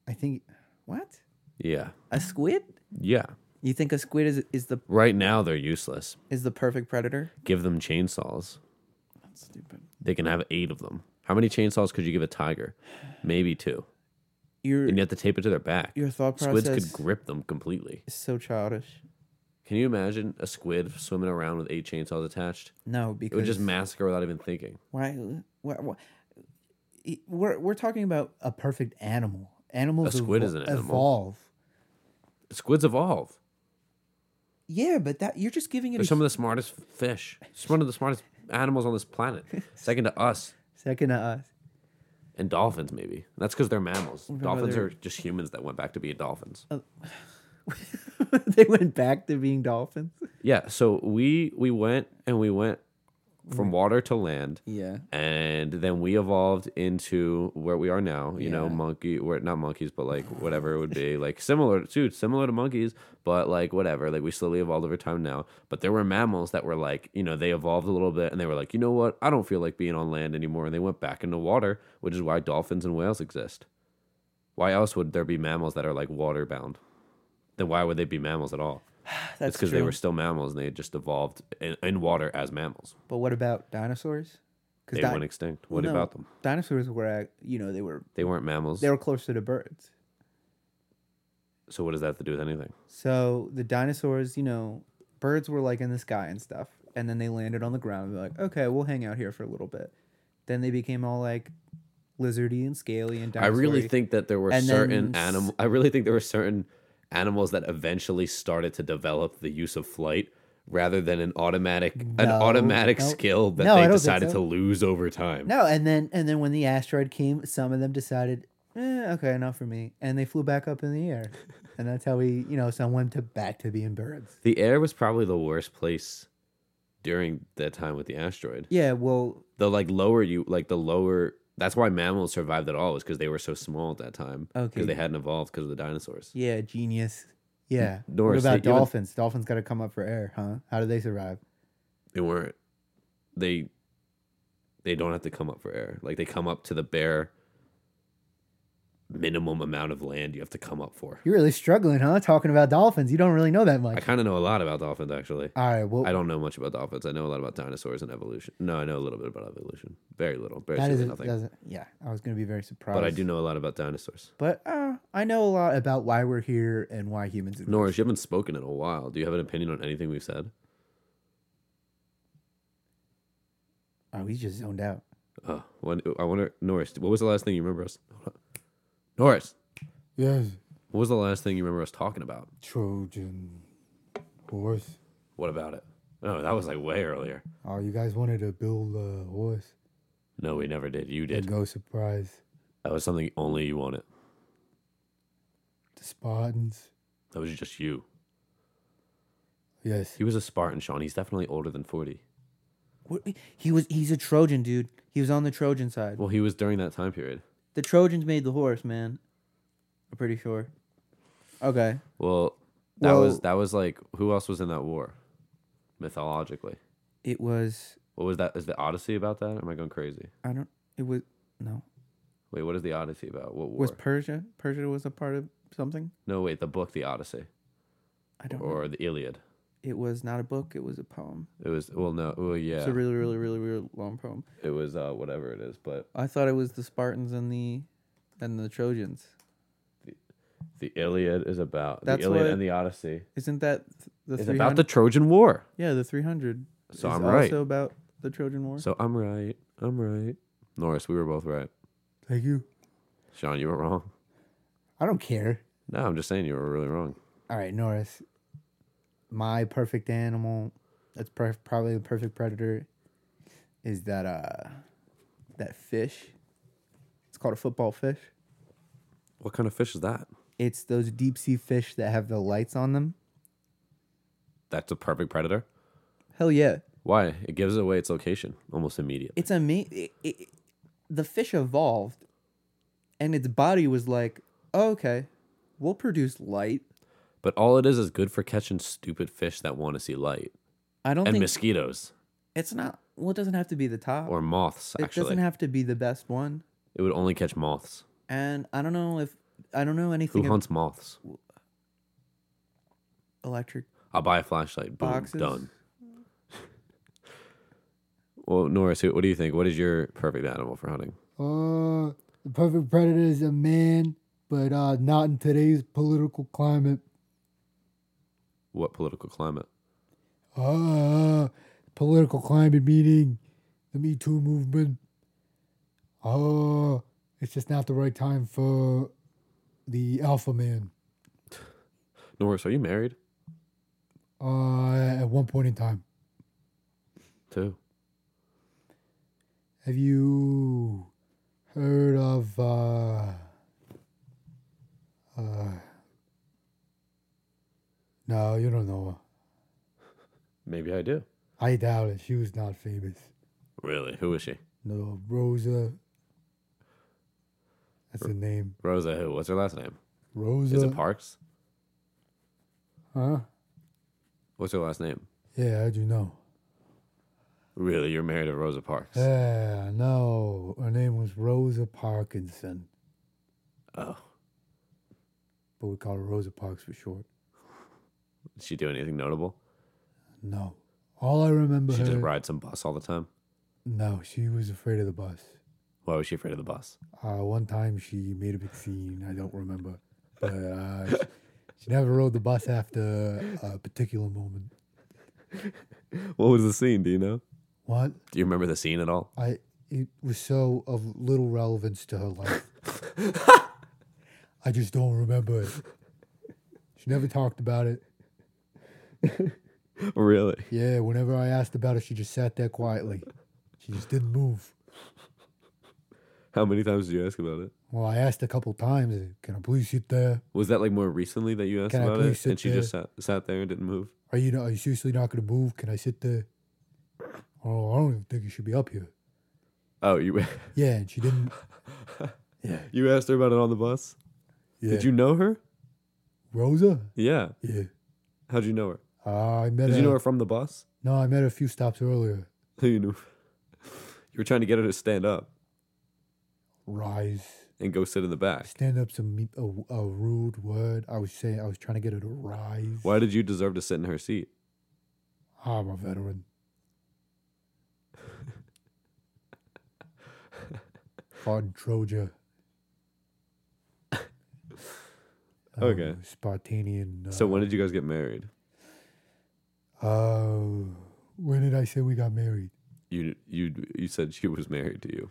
B: I think. What?
A: Yeah.
B: A squid?
A: Yeah.
B: You think a squid is is the
A: Right now they're useless.
B: is the perfect predator?
A: Give them chainsaws.
B: That's stupid.
A: They can have eight of them. How many chainsaws could you give a tiger? Maybe two.
B: Your
A: And you have to tape it to their back.
B: your thought process
A: Squids could grip them completely.
B: is so childish.
A: Can you imagine a squid swimming around with eight chainsaws attached?
B: No,
A: It
B: because
A: would just massacre without even thinking.
B: why, why, why- it- We're we're talking about
C: A perfect animal. Animals
A: A squid
C: evol-
A: is an animal.
C: evolve.
A: Squids evolve.
B: yeah, but that you're just giving it.
A: They're
B: A,
A: some of the smartest fish. Some of the smartest animals on this planet. Second to us
B: second to us.
A: and dolphins, maybe. That's because they're mammals.
B: about
A: Dolphins
B: their- Uh,
A: are just humans that went back to being dolphins.
B: they went back to being dolphins.
A: Yeah. So we we went and we went
B: Mm-hmm.
A: from water to land.
B: Yeah.
A: and then we evolved into where we are now you know
B: Yeah.
A: monkey we're not monkeys but like whatever it would be like similar to similar to monkeys but like whatever like we slowly evolved over time now but there were mammals that were like you know they evolved a little bit and they were like you know what i don't feel like being on land anymore and they went back into water which is why dolphins and whales exist why else would there be mammals that are like water bound then why would they be mammals at all
B: That's
A: it's because they
B: true.
A: were still mammals and they had just evolved in, in water as mammals
B: But what about dinosaurs?
A: they
B: di-
A: went extinct what
B: no,
A: about them
B: Dinosaurs were, act- you know, they were
A: they weren't mammals
B: they were closer to birds.
A: So what does that have to do with anything?
B: So the dinosaurs, you know, birds were like in the sky and stuff, and then they landed on the ground and they're like, okay, we'll hang out here for a little bit. Then they became all like lizardy and scaly and
A: I
B: dinosaur.
A: really think that there were
B: And
A: certain
B: then s-
A: animal. I really think there were certain animals that eventually started to develop the use of flight rather than an automatic an
B: No,
A: automatic
B: no.
A: skill that
B: No, I
A: they
B: don't think
A: decided
B: so.
A: to lose over time.
B: no, and then and then when the asteroid came, some of them decided, eh, okay, enough for me, and they flew back up in the air, and that's how we, you know, someone to back to being birds.
A: The air was probably the worst place during that time with the asteroid.
B: Yeah, well,
A: The like lower you like the lower That's why mammals survived at all, is because they were so small at that time.
B: Oh, Okay.
A: Because they hadn't evolved because of the dinosaurs.
B: Yeah, genius. Yeah.
A: Doris,
B: what about
A: you would-
B: dolphins? Dolphins got to come up for air, huh? How do they survive?
A: They weren't. They. They don't have to come up for air. Like they come up to the bare minimum amount of land you have to come up for.
B: You're really struggling, huh? Talking about dolphins, you don't really know that
A: I
B: much.
A: kind of know a lot about dolphins actually.
B: All right, well,
A: I don't know much about dolphins. I know a lot about dinosaurs and evolution. No, I know a little bit about evolution. Very little.
B: that
A: Very
B: is
A: nothing.
B: doesn't. Yeah, I was gonna be very surprised.
A: but I do know a lot about dinosaurs.
B: But uh, I know a lot about why we're here and why humans. exist.
A: Norris, you haven't spoken in a while. Do you have an opinion on anything we've said?
B: Oh, he's just zoned out.
A: Oh, when, I wonder, Norris, what was the last thing you remember us? Hold on. Norris,
C: Yes,
A: what was the last thing you remember us talking about?
C: Trojan horse.
A: What about it? Oh, that was like way earlier.
C: Oh, you guys wanted to build a horse
A: No, we never did. You
C: and
A: did.
C: go surprise
A: That was something only you wanted.
C: the Spartans.
A: That was just you.
C: Yes,
A: He was a Spartan, Sean. He's definitely older than 40.
B: What, he was. He's a Trojan, dude. He was on the Trojan side.
A: Well, he was during that time period.
B: The Trojans made the horse, man. I'm pretty sure. Okay.
A: Well, that
B: Well-
A: was that was like who else was in that war? Mythologically.
B: It was.
A: What was that? Is the Odyssey about that? Or am I going crazy?
B: I don't. It was no.
A: Wait, what is the Odyssey about? What war?
B: Was Persia? Persia was a part of something.
A: no, wait, the book, the Odyssey,
B: I don't. know.
A: or the Iliad.
B: It was not a book. It was a poem.
A: It was well, no, well, yeah,
B: It's a really, really, really, really long poem.
A: it was uh, whatever it is, but
B: I thought it was the Spartans and the and the Trojans.
A: the Iliad is about
B: That's
A: the Iliad
B: what-
A: and the Odyssey.
B: Isn't that th- the
A: It's
B: three
A: about
B: hundred?
A: the Trojan War.
B: yeah, the three hundred.
A: So I'm right.
B: Also about the Trojan War.
A: So I'm right. I'm right. Norris, we were both right.
C: thank you.
A: Sean, you were wrong.
B: I don't care.
A: No, I'm just saying you were really wrong.
B: All right, Norris. My perfect animal. That's per- probably the perfect predator. Is that uh, that fish? It's called a football fish.
A: What kind of fish is that?
B: It's those deep sea fish that have the lights on them.
A: That's a perfect predator.
B: Hell yeah!
A: Why? It gives away its location almost immediately.
B: It's amazing. It, it, the fish evolved, and its body was like, oh, okay, we'll produce light.
A: But all it is is good for catching stupid fish that want to see light
B: I don't
A: and
B: think
A: mosquitoes
B: it's not. Well, it doesn't have to be the top.
A: or moths.
B: it
A: Actually,
B: doesn't have to be the best one.
A: it would only catch moths.
B: And I don't know if I don't know
A: Who
B: anything about
A: hunts moths?
B: electric
A: I'll buy a flashlight. Boom,
B: boxes.
A: done. Well, Norris, who- what do you think? What is your perfect animal for hunting?
C: Uh, the perfect predator is a man, but uh, not in today's political climate.
A: What political climate?
C: Uh, political climate meaning the Me Too movement. Uh, it's just not the right time for the alpha man.
A: Norris, are you married?
C: Uh, at one point in time,
A: Too.
C: have you heard of uh, uh, no, you don't know her.
A: Maybe I do.
C: I doubt it. She was not famous.
A: Really? Who is she?
C: No, Rosa. That's the name.
A: Rosa. Who? What's her last name?
C: Rosa.
A: Is it Parks?
C: Huh?
A: What's her last name?
C: Yeah, how'd you know?
A: Really? You're married to Rosa Parks?
C: Yeah, no. Her name was Rosa Parkinson,
A: Oh.
C: but we call her Rosa Parks for short.
A: Did she do anything notable?
C: No. All I remember
A: She
C: her.
A: just rides some bus all the time.
C: No, she was afraid of the bus.
A: Why was she afraid of the bus?
C: Uh, one time she made a big scene. I don't remember. But uh, she, she never rode the bus after a particular moment.
A: What was the scene? Do you know?
C: What?
A: Do you remember the scene at all?
C: I it was so of little relevance to her life. I just don't remember it. She never talked about it.
A: Really?
C: Yeah, whenever I asked about it, she just sat there quietly. She just didn't move.
A: How many times did you ask about it?
C: Well, I asked a couple times, "Can I please sit there?
A: Was that like more recently that you asked
C: Can I
A: about
C: please
A: it,
C: sit
A: and she just sat sat there and didn't move?
C: Are you are you seriously not going to move? Can I sit there?" Oh, I don't even think you should be up here.
A: Oh, you
C: Yeah, and she didn't.
A: you asked her about it on the bus.
C: Yeah.
A: Did you know her?
C: Rosa?
A: Yeah.
C: Yeah.
A: How'd you know her?
C: Uh, I met
A: Did
C: her.
A: you know her from the bus?
C: No, I met her a few stops earlier.
A: you knew. You were trying to get her to stand up
C: Rise.
A: and go sit in the back.
C: Stand up's a, me- a, a rude word. I was saying, I was trying to get her to rise. Ah,
A: Why did you deserve to sit in her seat?
C: I'm a veteran. Fought in Troja. Um,
A: Okay.
C: Spartanian. Uh,
A: So when did you guys get married?
C: Oh, when did I say we got married?
A: You you you said she was married to you.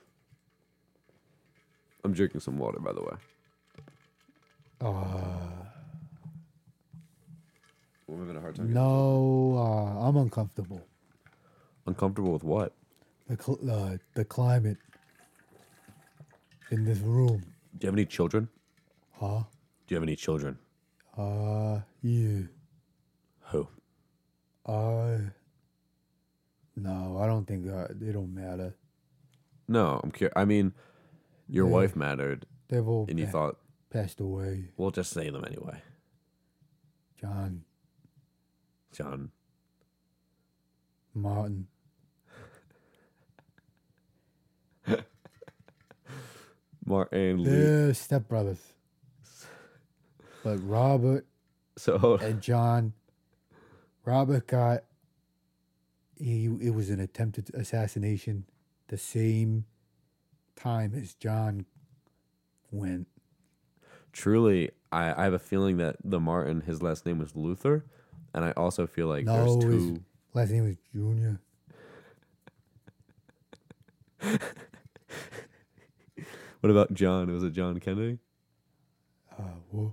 A: I'm drinking some water, by the way.
C: Uh,
A: I'm having a hard time.
C: no, uh, I'm uncomfortable.
A: Uncomfortable with what?
C: The cl- uh, the climate in this room,
A: Do you have any children?
C: huh?
A: Do you have any children?
C: Uh, yeah.
A: Who?
C: Uh, no, I don't think uh, they don't matter.
A: No, I'm curious. I mean, your
C: Yeah.
A: wife mattered,
C: They've all
A: and you
C: pa-
A: thought
C: passed away.
A: we'll just say them anyway.
C: John
A: John,
C: Martin.
A: Martin, Luke.
C: They're stepbrothers. But Robert
A: So hold
C: and John, Robert got, he, it was an attempted assassination the same time as John went.
A: truly, I, I have a feeling that the Martin, his last name was Luther, and I also feel like
C: No,
A: there's
C: it was-
A: two.
C: Last name was Junior.
A: What about John? Was it John Kennedy?
C: Uh, wha-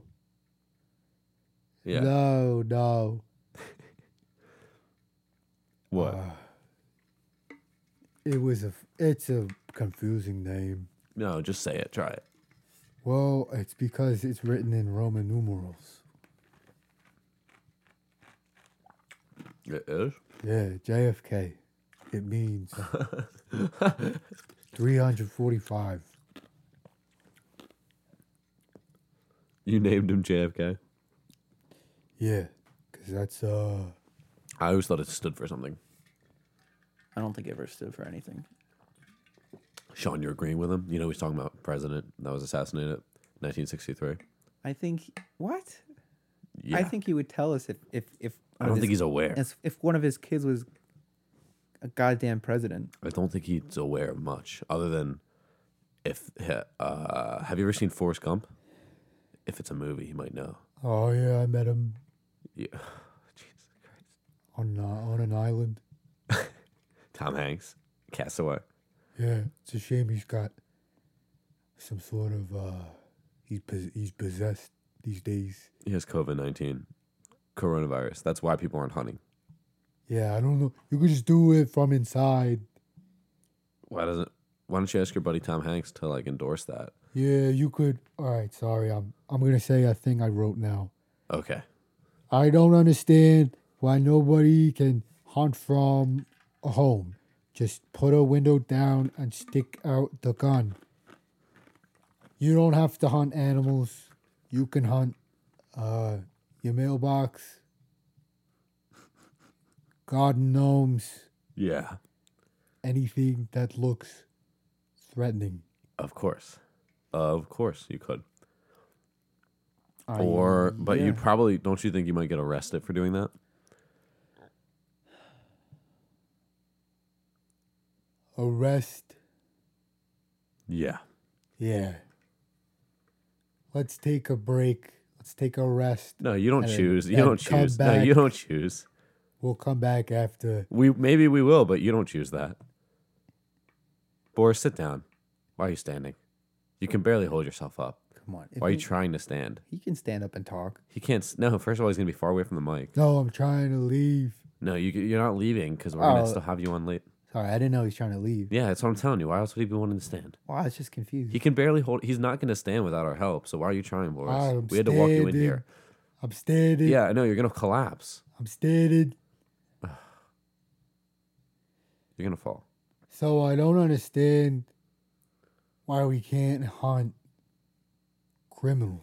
A: Yeah.
C: No, no.
A: what?
C: Uh, it was a, f- it's a confusing name.
A: no, just say it. Try it.
C: Well, it's because it's written in Roman numerals.
A: It is.
C: Yeah, JFK. It means 345.
A: You named him JFK.
C: Yeah, because that's, uh,
A: I always thought it stood for something.
D: I don't think it ever stood for anything.
A: Sean, you're agreeing with him. You know he's talking about president that was assassinated, 1963.
D: I think what?
A: Yeah.
D: I think he would tell us if if if
A: I don't think he's aware.
D: if, if one of his kids was a goddamn president.
A: I don't think he's aware of much other than if. Uh, have you ever seen Forrest Gump? If it's a movie, he might know.
C: oh yeah, I met him
A: Yeah.
C: on, uh, on an island.
A: Tom Hanks, Castaway.
C: Yeah, it's a shame he's got some sort of, uh, he's, pos- he's possessed these days.
A: He has COVID 19, coronavirus. That's why people aren't hunting.
C: Yeah, I don't know. You could just do it from inside.
A: Why doesn't? Why don't you ask your buddy Tom Hanks to like endorse that?
C: Yeah, you could. All right, sorry. I'm, I'm going to say a thing I wrote now.
A: Okay.
C: I don't understand why nobody can hunt from a home. Just put a window down and stick out the gun. You don't have to hunt animals. You can hunt uh, your mailbox, garden gnomes,
A: Yeah.
C: anything that looks threatening.
A: Of course. Of course you could.
C: I-
A: Or, but
D: yeah.
A: you'd probably, don't you think you might get arrested for doing that?
C: arrest.
A: Yeah.
C: Yeah. Let's take a break. Let's take a rest.
A: No, you don't
C: And then-
A: choose. You
C: and
A: don't
C: come
A: choose. No, you
C: back.
A: don't choose.
C: We'll come back after.
A: We maybe we will, but you don't choose that. Boris, sit down. Why are you standing? You can barely hold yourself up.
D: Come on, if
A: Why are you
D: he-
A: trying to stand?
D: he can stand up and talk.
A: He can't. s- No, first of all, he's gonna be far away from the mic.
C: No, I'm trying to leave.
A: No, you you're not leaving because we're gonna
D: Oh.
A: still have you on late.
D: Sorry, I didn't know he was trying to leave.
A: Yeah, that's what I'm telling you. Why else would he be wanting to stand?
D: Wow, I was just confused.
A: He can barely hold. He's not gonna stand without our help. So why are you trying, Boris?
C: I'm
A: we had to walk you in
C: standing.
A: here.
C: I'm standing.
A: Yeah, I know you're gonna collapse.
C: I'm standing.
A: You're gonna fall.
C: So I don't understand
E: why we can't hunt criminals.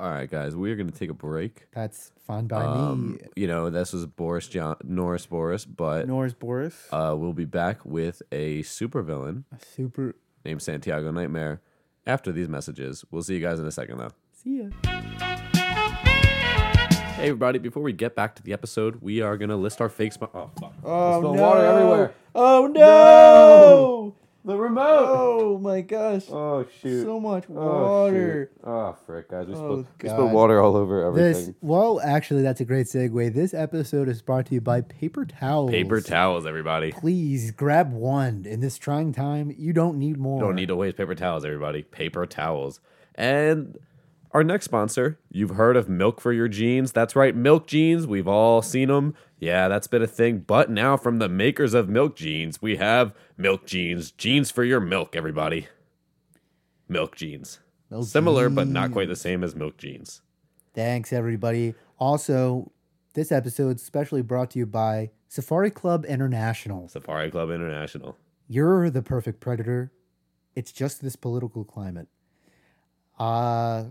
A: All right, guys, we are going to take a break.
C: That's fine by
A: Um,
C: me.
A: you know, this was Boris John Norris Boris, but
C: Norris Boris,
A: uh, we'll be back with a supervillain
C: a super.
A: named Santiago Nightmare after these messages. We'll see you guys in a second, though.
C: See ya.
A: Hey, everybody, before we get back to the episode, we are going to list our fake spon- Oh, fuck.
C: Oh
A: spilled water everywhere.
C: Oh no!
A: The remote!
C: Oh my gosh!
A: Oh, shoot.
C: So much
A: Oh, shoot.
C: water.
A: Oh, frick, guys. We spilled, we
C: God.
A: spilled water all over
C: This
A: everything.
C: well, actually, that's a great segue. This episode is brought to you by paper towels.
A: Paper towels, everybody.
C: Please grab one in this trying time. You don't need more.
A: Don't need to waste paper towels, everybody. Paper towels. And our next sponsor, you've heard of Milk for Your Jeans. That's right, Milk Jeans. We've all seen them. Yeah, that's been a thing. But now, from the makers of Milk Jeans, we have Milk Jeans. Jeans for your milk, everybody. Milk Jeans.
C: Milk
A: Similar, but not quite the same as Milk Jeans.
C: Thanks, everybody. Also, this episode specially brought to you by Safari Club International.
A: Safari Club International.
C: You're the perfect predator. It's just this political climate. Uh,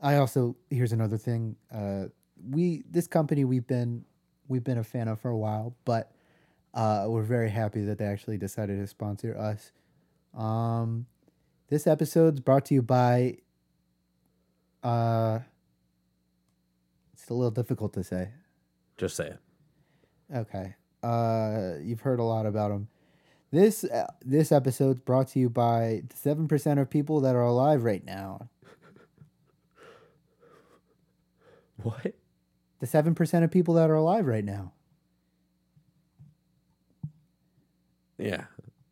C: I also here's another thing. Uh, we this company we've been we've been a fan of for a while, but uh, we're very happy that they actually decided to sponsor us. Um, this episode's brought to you by. Uh, it's a little difficult to say.
A: Just saying.
C: Okay. Uh, you've heard a lot about them. This uh, this episode's brought to you by the seven percent of people that are alive right now.
A: What?
C: The seven percent of people that are alive right now.
A: Yeah,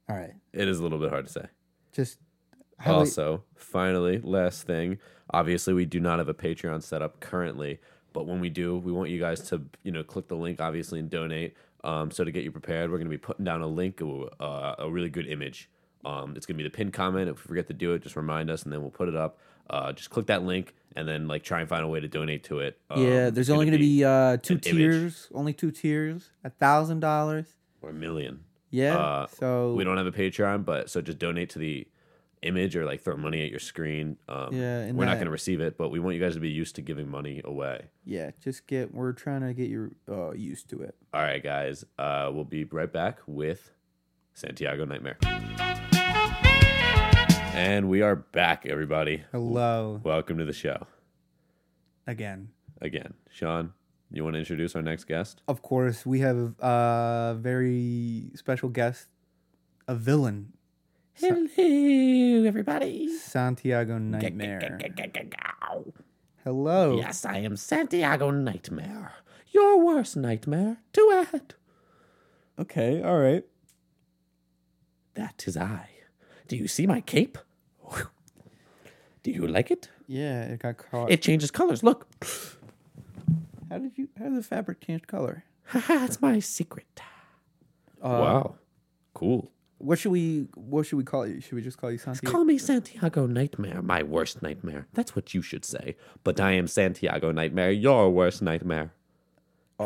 C: All right.
A: it is a little bit hard to say.
C: Just how about-
A: also, finally, last thing. Obviously, we do not have a Patreon set up currently, but when we do, we want you guys to you know click the link obviously and donate. Um, so to get you prepared, we're going to be putting down a link, uh, a really good image. Um, it's going to be the pinned comment. If we forget to do it, just remind us, and then we'll put it up. Uh, just click that link and then like try and find a way to donate to it. Um,
B: yeah,
A: it's
B: there's only
A: gonna
B: going to be, uh, two
A: an image.
B: tiers, only two tiers, a thousand dollars.
A: or a million.
B: Yeah.
A: Uh,
B: so
A: We don't have a Patreon, but so just donate to the image or like throw money at your screen. Um,
B: Yeah, and
A: we're not
B: that-
A: going to receive it, but we want you guys to be used to giving money away.
B: yeah, just get. We're trying to get you uh, used to it.
A: All right, guys, uh, we'll be right back with Santiago Nightmare. And we are back, everybody.
B: Hello
A: Welcome to the show
B: again.
A: again. Sean, you want to introduce our next guest?
B: Of course, we have a very special guest, a villain,
F: Hello, everybody.
B: Santiago Nightmare.
C: hello.
F: Yes, I am Santiago Nightmare. Your worst nightmare to add.
B: Okay, all right.
F: That is I. Do you see my cape? Whew. Do you like it?
B: Yeah, it got caught.
F: It changes colors. Look.
B: how did you? How did the fabric change color?
F: Haha, it's my secret.
B: Uh,
A: wow. Cool.
B: What should we? What should we call you? Should we just call you Santiago?
F: Call me Santiago Nightmare, my worst nightmare. That's what you should say.
A: But I am Santiago Nightmare, your worst nightmare.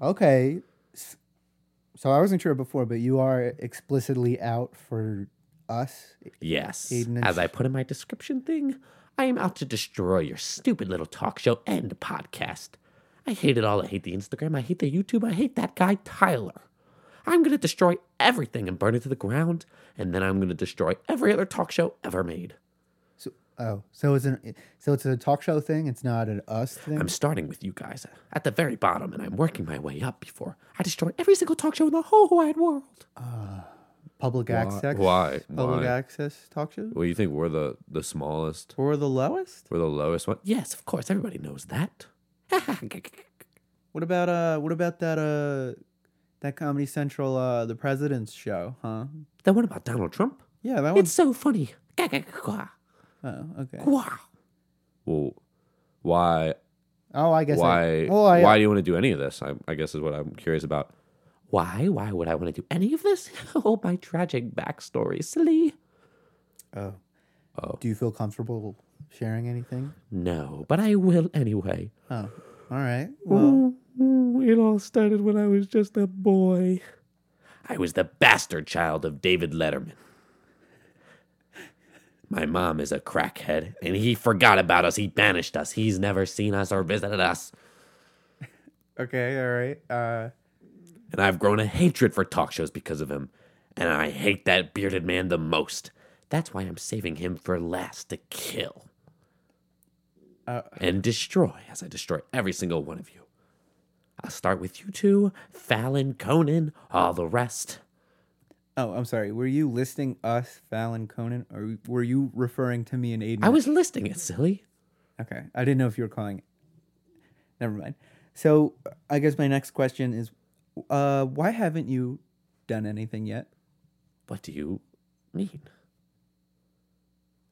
C: Okay. S- So I wasn't sure before, but you are explicitly out for us.
F: Yes.
C: Aiden and
F: As I put in my description thing, I am out to destroy your stupid little talk show and podcast. I hate it all. I hate the Instagram. I hate the YouTube. I hate that guy, Tyler. I'm going to destroy everything and burn it to the ground. And then I'm going to destroy every other talk show ever made.
C: So, oh, so it's an so it's a talk show thing. It's not an us thing.
F: I'm starting with you guys at the very bottom and I'm working my way up before I destroy every single talk show in the whole wide world.
C: Public access.
A: Why?
B: Public
A: Why?
B: access talk show?
A: Well, you think we're the, the smallest?
B: Or the lowest?
A: We're the lowest one?
F: Yes, of course. Everybody knows that.
B: What about uh? What about that uh? That Comedy Central uh, the President's Show, huh?
F: then what about Donald Trump?
B: Yeah, that
F: It's
B: one's.
F: so funny.
B: Oh, okay.
F: Wow.
A: Well, why?
C: Oh, I guess.
A: Why?
C: I, well, I, uh
A: why do you want to do any of this? I, I guess is what I'm curious about.
F: Why? Why would I want to do any of this? oh, my tragic backstory, silly.
C: Oh. Do you feel comfortable sharing anything?
F: No, but I will anyway.
C: Oh. All right.
F: Ooh, ooh, it all started when I was just a boy.
A: I was the bastard child of David Letterman. My mom is a crackhead, and he forgot about us. He banished us. He's never seen us or visited us.
B: Okay, all right. Uh,
A: and I've grown a hatred for talk shows because of him. And I hate that bearded man the most. That's why I'm saving him for last to kill
B: Uh.
A: and destroy as I destroy every single one of you. I'll start with you two, Fallon, Conan, all the rest.
B: oh, I'm sorry. Were you listing us, Fallon Conan, or were you referring to me and Aiden?
A: I was listing it, silly.
B: Okay. I didn't know if you were calling. Never mind. So I guess my next question is uh, why haven't you done anything yet?
A: What do you mean?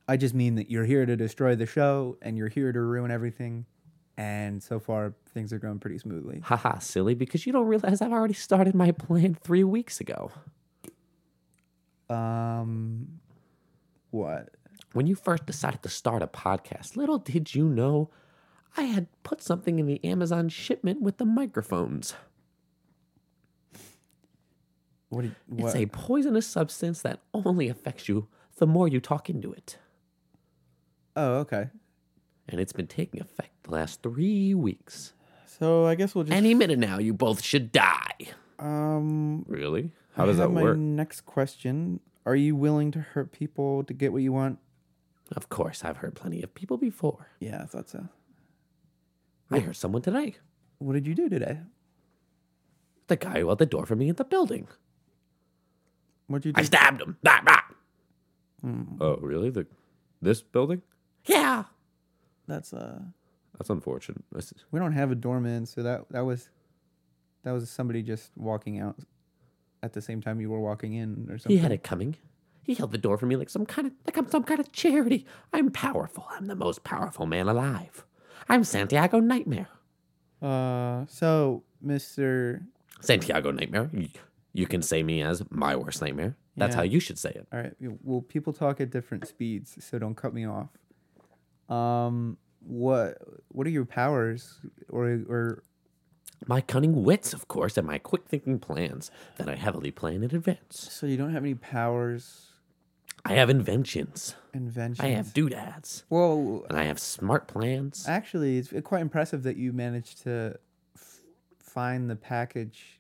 B: I just mean that you're here to destroy the show and you're here to ruin everything. And so far, things are going pretty smoothly.
A: Haha, silly, because you don't realize I've already started my plan three weeks ago.
B: Um, what?
A: When you first decided to start a podcast, little did you know I had put something in the Amazon shipment with the microphones.
B: What? Did, what?
A: It's a poisonous substance that only affects you the more you talk into it.
B: oh, okay.
A: And it's been taking effect the last three weeks.
B: So I guess we'll just.
A: Any minute now, you both should die.
B: um,
G: Really?
B: I
G: How does that
B: have my
G: work?
B: Next question: Are you willing to hurt people to get what you want?
A: Of course, I've heard plenty of people before.
B: Yeah, I thought so.
A: I heard someone today.
B: What did you do today?
A: The guy who held the door for me in the building.
B: What'd you do?
A: I stabbed him. Bah, bah.
G: Oh, really? The this building?
A: Yeah.
B: That's uh,
G: That's unfortunate. That's,
B: we don't have a doorman, so that that was, that was somebody just walking out, at the same time you were walking in or something.
A: He had it coming. He held the door for me like some kind of like I'm some kind of charity. I'm powerful. I'm the most powerful man alive. I'm Santiago Nightmare.
B: Uh, so Mr.
A: Santiago Nightmare. y- You can say me as my worst nightmare. That's
B: Yeah.
A: how you should say it.
B: All right. you- Well, people talk at different speeds, so don't cut me off. Um, what what are your powers, or or
A: My cunning wits, of course, and my quick thinking plans that I heavily plan in advance.
B: so you don't have any powers,
A: I have inventions.
B: inventions?
A: I have doodads.
B: Well,
A: And I have smart plans.
B: actually, it's quite impressive that you managed to f- find the package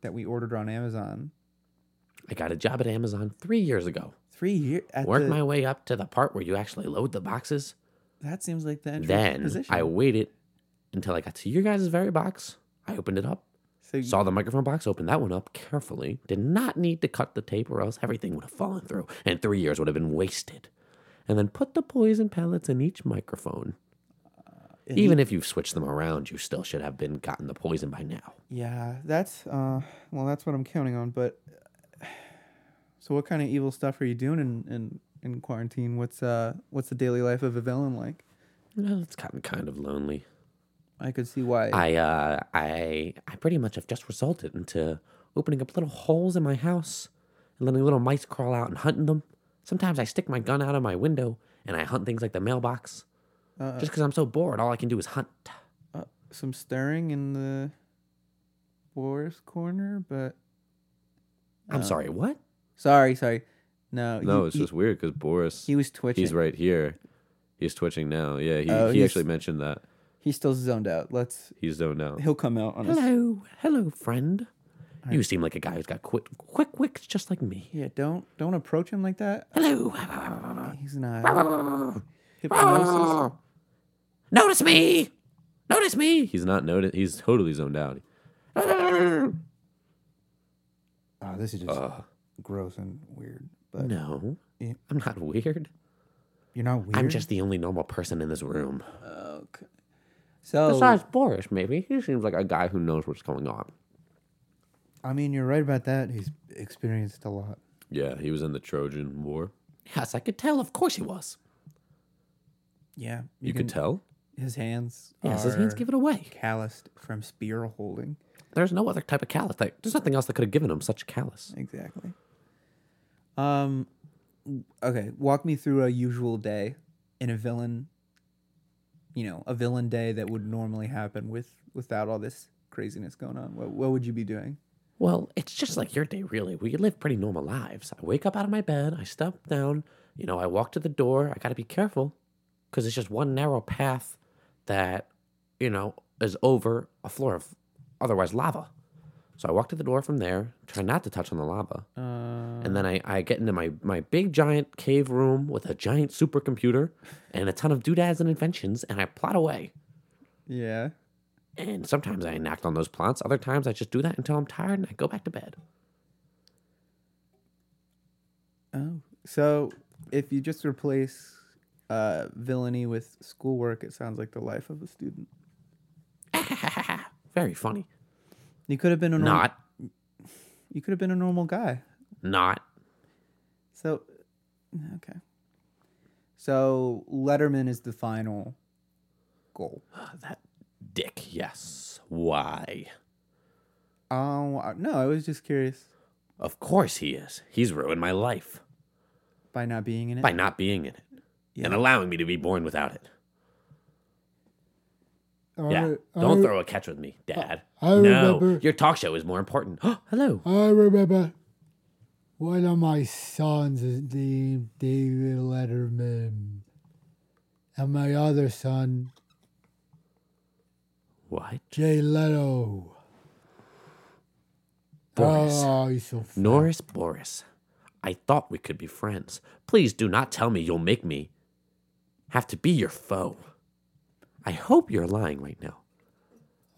B: that we ordered on Amazon
A: I got a job at Amazon three years ago.
B: three years.
A: Worked my way up to the part where you actually load the boxes.
B: that seems like the entry
A: Then
B: position.
A: I waited until I got to your guys' very box. I opened it up,
B: so you-
A: saw the microphone box, opened that one up carefully. Did not need to cut the tape, or else everything would have fallen through, and three years would have been wasted. And then put the poison pellets in each microphone. Even if you've switched them around, you still should have been gotten the poison by now.
B: Yeah, that's uh well that's what I'm counting on, but so what kind of evil stuff are you doing in in, in quarantine? What's uh what's the daily life of a villain like?
A: Well, it's gotten kind of lonely.
B: I could see why.
A: I uh I I pretty much have just resulted into opening up little holes in my house and letting little mice crawl out and hunting them. Sometimes I stick my gun out of my window and I hunt things like the mailbox.
B: Uh,
A: Just because I'm so bored, all I can do is hunt.
B: uh, some stirring in the Boris corner, but Uh,
A: I'm sorry, what?
B: sorry, sorry. No,
G: no,
B: he-
G: it's
B: he,
G: just weird because Boris,
B: he was twitching.
G: he's right here. He's twitching now. Yeah, he,
B: Oh,
G: he
B: he's-
G: actually mentioned that.
B: He's still zoned out. Let's
G: He's zoned out.
B: he'll come out on us.
A: Hello, hello, friend. You seem like a guy who's got quick quick wicks just like me.
B: Yeah, don't don't approach him like that.
A: Hello.
B: He's not hypnosis.
A: Ah. Notice me. Notice me.
G: He's not noticed. He's totally zoned out.
C: Oh, this is just gross and weird. But
A: No.
C: Yeah.
A: I'm not weird.
C: you're not weird.
A: I'm just the only normal person in this room.
B: Okay. So
A: Besides
G: Oh.
A: Boris, maybe. He seems like a guy who knows what's going on.
C: I mean, you're right about that. He's experienced a lot.
G: Yeah, he was in the Trojan War.
A: Yes, I could tell. Of course he was.
B: yeah,
G: You, could tell.
B: his hands.
A: Yes, his hands
B: are-
A: give it away.
B: calloused from spear holding.
A: There's no other type of callus. Like, there's nothing else that could have given him such callus.
B: Exactly. Um okay, walk me through a usual day in a villain you know, a villain day that would normally happen with without all this craziness going on. What what would you be doing?
A: Well, it's just like your day, really. We live pretty normal lives. I wake up out of my bed, I step down, you know, I walk to the door. I got to be careful because it's just one narrow path that, you know, is over a floor of otherwise lava. So I walk to the door from there, try not to touch on the lava. and then I, I get into my, my big giant cave room with a giant supercomputer and a ton of doodads and inventions, and I plot away.
B: Yeah.
A: And sometimes I enact on those plots. Other times I just do that until I'm tired and I go back to bed.
B: Oh. So if you just replace uh, villainy with schoolwork, it sounds like the life of a student.
A: Very funny.
B: You could have been a norm-
A: Not,
B: You could have been a normal guy.
A: not.
B: So, okay. So Letterman is the final goal.
A: That dick, yes. Why?
B: Oh I- no, I was just curious
A: Of course he is. He's ruined my life
B: by not being in it.
A: by not being in it and
B: Yeah.
A: allowing me to be born without it.
C: All
A: yeah.
C: right, I
A: Don't
C: re-
A: throw a catch with me, Dad.
C: I
A: no,
C: remember-
A: your talk show is more important. Hello.
C: I remember one of my sons is named David Letterman, and my other son
A: What?
C: Jay Leno.
A: Boris.
C: Oh, he's so f-
A: Norris Boris, I thought we could be friends. Please do not tell me you'll make me have to be your foe. I hope you're lying right now.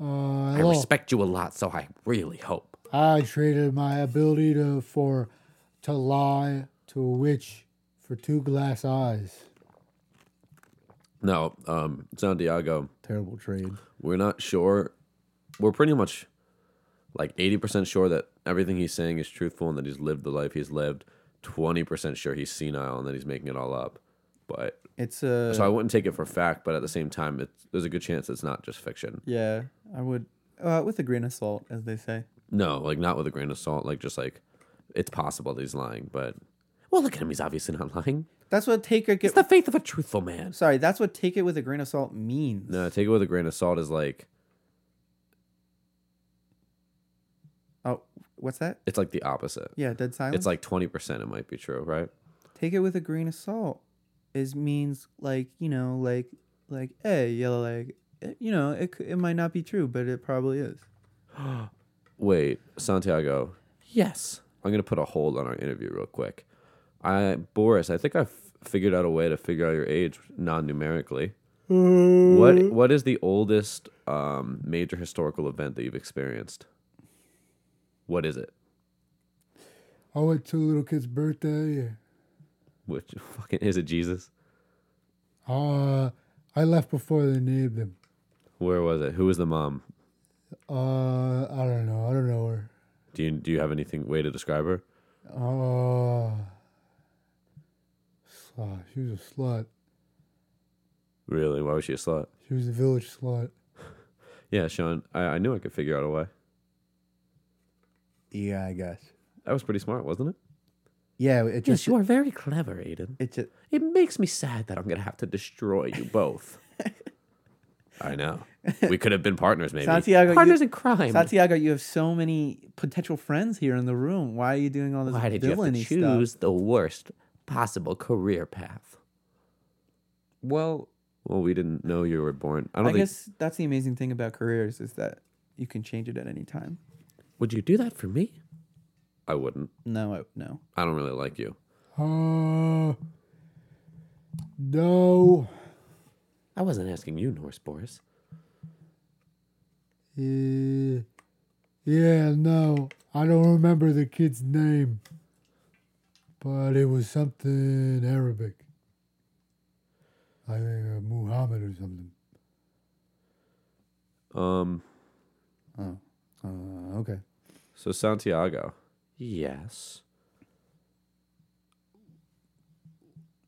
C: uh,
A: I
C: look,
A: respect you a lot, so I really hope.
C: I traded my ability to for to lie to a witch for two glass eyes.
H: No, um, Santiago,
C: Terrible trade.
H: we're not sure. We're pretty much like 80% sure that everything he's saying is truthful and that he's lived the life he's lived. 20% sure he's senile and that he's making it all up. But
B: It's uh, a
H: so I wouldn't take it for fact, but at the same time, it's, there's a good chance it's not just fiction.
B: yeah. I would uh, with a grain of salt, as they say.
H: No, like not with a grain of salt, like just like it's possible that he's lying, but
A: Well, look at him. He's obviously not lying.
B: That's what take a
A: It's the faith of a truthful man.
B: Sorry, that's what take it with a grain of salt means.
H: no, take it with a grain of salt is like
B: Oh, what's that?
H: it's like the opposite.
B: Yeah, dead silence.
H: It's like 20% it might be true, right?
B: take it with a grain of salt is means like you know like like hey you know, like eh, you know it c- it might not be true but it probably is
H: Wait, Santiago,
A: Yes.
H: I'm gonna put a hold on our interview real quick. I Boris, I think I've figured out a way to figure out your age non-numerically.
A: Hmm.
H: what what is the oldest um, major historical event that you've experienced? What is it?
C: I went to a Oh, little kid's birthday.
H: Which fucking is it? Jesus?
C: Uh, I left before they named him.
H: Where was it? Who was the mom?
C: Uh, I don't know. I don't know her.
H: Do you do you have anything way to describe her?
C: Oh, slut. She was a slut.
H: Really? Why was she a slut?
C: She was a village slut.
H: Yeah, Sean, I, I knew I could figure out a way.
B: yeah i guess
H: That was pretty smart, wasn't it?
B: yeah it
A: Yes, you are very clever, Aiden.
B: it just
A: It makes me sad that I'm going to have to destroy you both.
H: I know. We could have been partners, maybe.
B: santiago
A: Partners
B: you,
A: in crime.
B: santiago you have so many potential friends here in the room why are you doing all this
A: Why did you have to
B: villainy
A: choose
B: stuff
A: the worst possible career path?
B: well
H: well, we didn't know you were born. I
B: i,
H: don't think
B: guess that's the amazing thing about careers is that you can change it at any time
A: Would you do that for me?
H: I wouldn't.
B: no I, no
H: I don't really like you.
C: Uh, no.
A: I wasn't asking you, Norse Boris.
C: Uh, yeah, no. I don't remember the kid's name, but it was something Arabic. I think uh, Muhammad or something.
H: Um,
C: Uh, okay.
H: so Santiago,
A: Yes.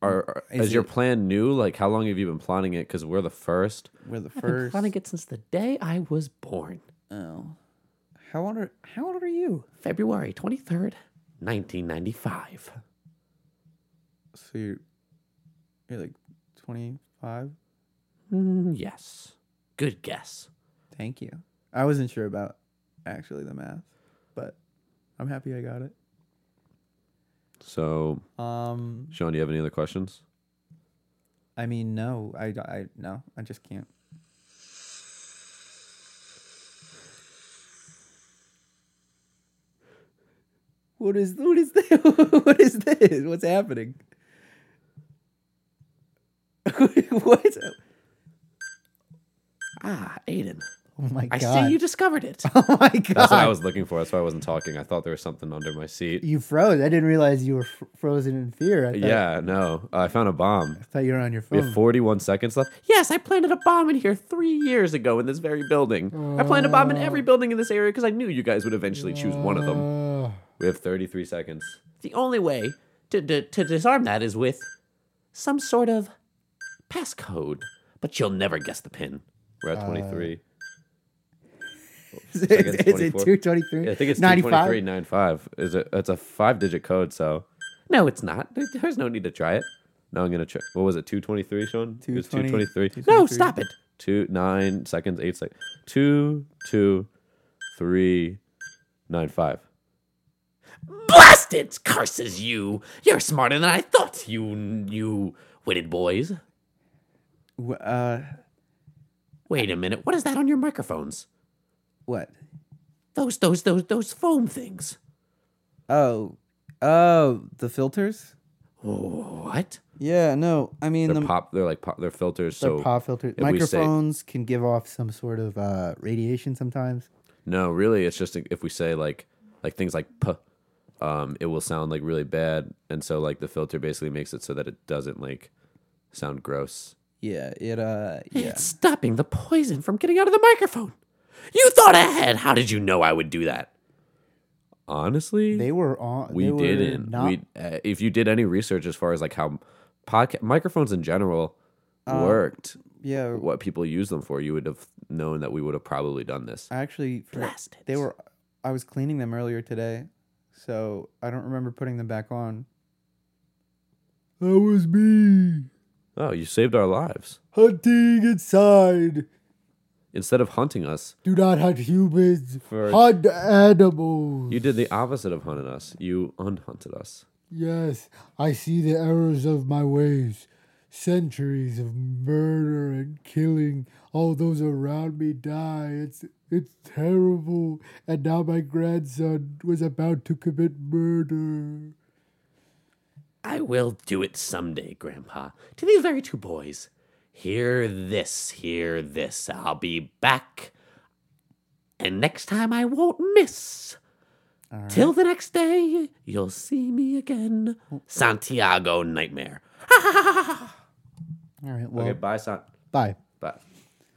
H: are, are-
B: Is
H: is, your
B: it-
H: plan new? Like, how long have you been plotting it? Because we're the first.
B: we're
A: i
B: the
A: I've been
B: first
A: planning it since the day I was born.
B: oh how old are how old are you
A: February 23rd, 1995.
B: So you're, you're like 25? Mm-hmm.
A: Mm, yes. Good guess.
B: Thank you. I wasn't sure about actually the math, but I'm happy I got it.
A: So,
B: Um,
A: Sean, do you have any other questions?
B: I mean, no, I, I no, I just can't. What is what is this? what is this? What's happening? what?
I: Ah, Aiden.
B: Oh my
I: I
B: god!
I: see you discovered it.
B: Oh my god!
A: That's what I was looking for. That's why I wasn't talking. I thought there was something under my seat.
B: You froze. I didn't realize you were f- frozen in fear. I thought,
A: Yeah, no. I found a bomb.
B: I thought you were on your
A: We
B: phone.
A: have 41 seconds left.
I: Yes, I planted a bomb in here three years ago in this very building. I planted a bomb in every building in this area because I knew you guys would eventually choose one of them.
C: Uh,
A: We have 33 seconds.
I: The only way to, to, to disarm that is with some sort of passcode, but you'll never guess the pin.
A: We're at 23.
B: is it-
A: Seconds,
B: is it
A: 24.
B: two twenty three?
A: Yeah, I think it's
B: 95?
A: 22395. Is it? It's a five-digit code, so
I: No, it's not.
A: there- there's no need to try it. Now I'm gonna try. What was it? 223, Sean. It was
B: 220.
A: 223.
I: No, stop it.
A: Two nine seconds, eight seconds. Two two three nine five.
I: Blast it! Curses you! You're smarter than I thought, you you witted boys.
B: W- Uh,
I: Wait a minute. What is that on your microphones?
B: what?
I: Those those those those foam things.
B: Oh, oh, the filters.
I: What?
B: Yeah, no, I mean
A: They're
B: the
A: pop. They're like pop. They're filters.
B: the
A: So
B: pop filter
A: we say-
B: microphones can give off some sort of uh, radiation sometimes.
A: no, really, it's just if we say like like things like p, um, it will sound like really bad, and so like the filter basically makes it so that it doesn't like sound gross.
B: Yeah, it uh, yeah.
I: It's stopping the poison from getting out of the microphone. You thought ahead. How did you know I would do that?
A: Honestly,
B: They were on.
A: We
B: they were
A: didn't.
B: Not,
A: we, uh, if you did any research as far as like how podcast microphones in general
B: Uh,
A: worked,
B: yeah,
A: what people use them for, you would have known that we would have probably done this.
B: I actually forgot-
I: Blast it.
B: They were. I was cleaning them earlier today, so I don't remember putting them back on.
C: that was me
A: Oh, you saved our lives.
C: hunting inside.
A: Instead of hunting us,
C: Do not hunt humans.
A: For-
C: Hunt animals.
A: you did the opposite of hunting us. You unhunted us.
C: Yes, I see the errors of my ways. Centuries of murder and killing. All those around me die. It's it's terrible. And now my grandson was about to commit murder.
I: I will do it someday, Grandpa. To these very two boys. Hear this, hear this. I'll be back. And next time I won't miss. Till the next day, you'll see me again. Santiago Nightmare.
B: All right. Well,
A: okay, bye, Son.
B: bye.
A: Bye. All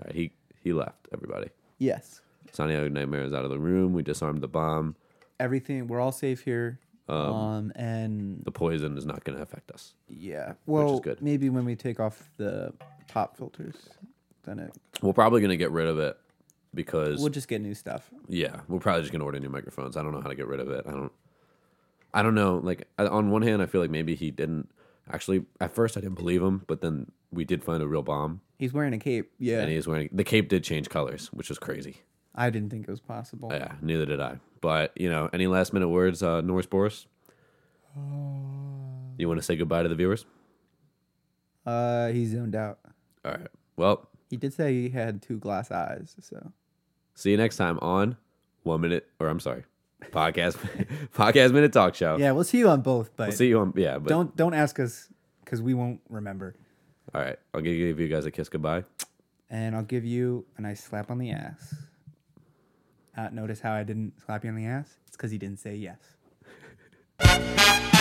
A: right, he he left. Everybody.
B: Yes,
A: Santiago Nightmare is out of the room. We disarmed the bomb.
B: everything. We're all safe here. Um, and
A: The poison is not going to affect us.
B: yeah. Well,
A: good.
B: maybe when we take off the pop filters, then it.
A: We're probably going to get rid of it because
B: We'll just get new stuff.
A: Yeah, we're probably just gonna order new microphones. I don't know how to get rid of it. I don't. I don't know. Like I- on one hand, I feel like maybe he didn't actually. At first, I didn't believe him, but then we did find a real bomb,
B: He's wearing a cape. Yeah.
A: and he is wearing the cape. Did change colors, which was crazy.
B: I didn't think it was possible.
A: Yeah, neither did I. But you know, any last minute words, uh, Norris Boris? You want to say goodbye to the viewers?
B: Uh, he zoned out.
A: All right. Well,
B: He did say he had two glass eyes. So
A: see you next time on one minute, or I'm sorry, podcast podcast minute talk show.
B: yeah, we'll see you on both. But
A: Oh. See you on yeah. But,
B: don't don't ask us because we won't remember.
A: all right. I'll give give you guys a kiss goodbye.
B: And I'll give you a nice slap on the ass. Uh, notice how I didn't slap you on the ass? It's because he didn't say yes.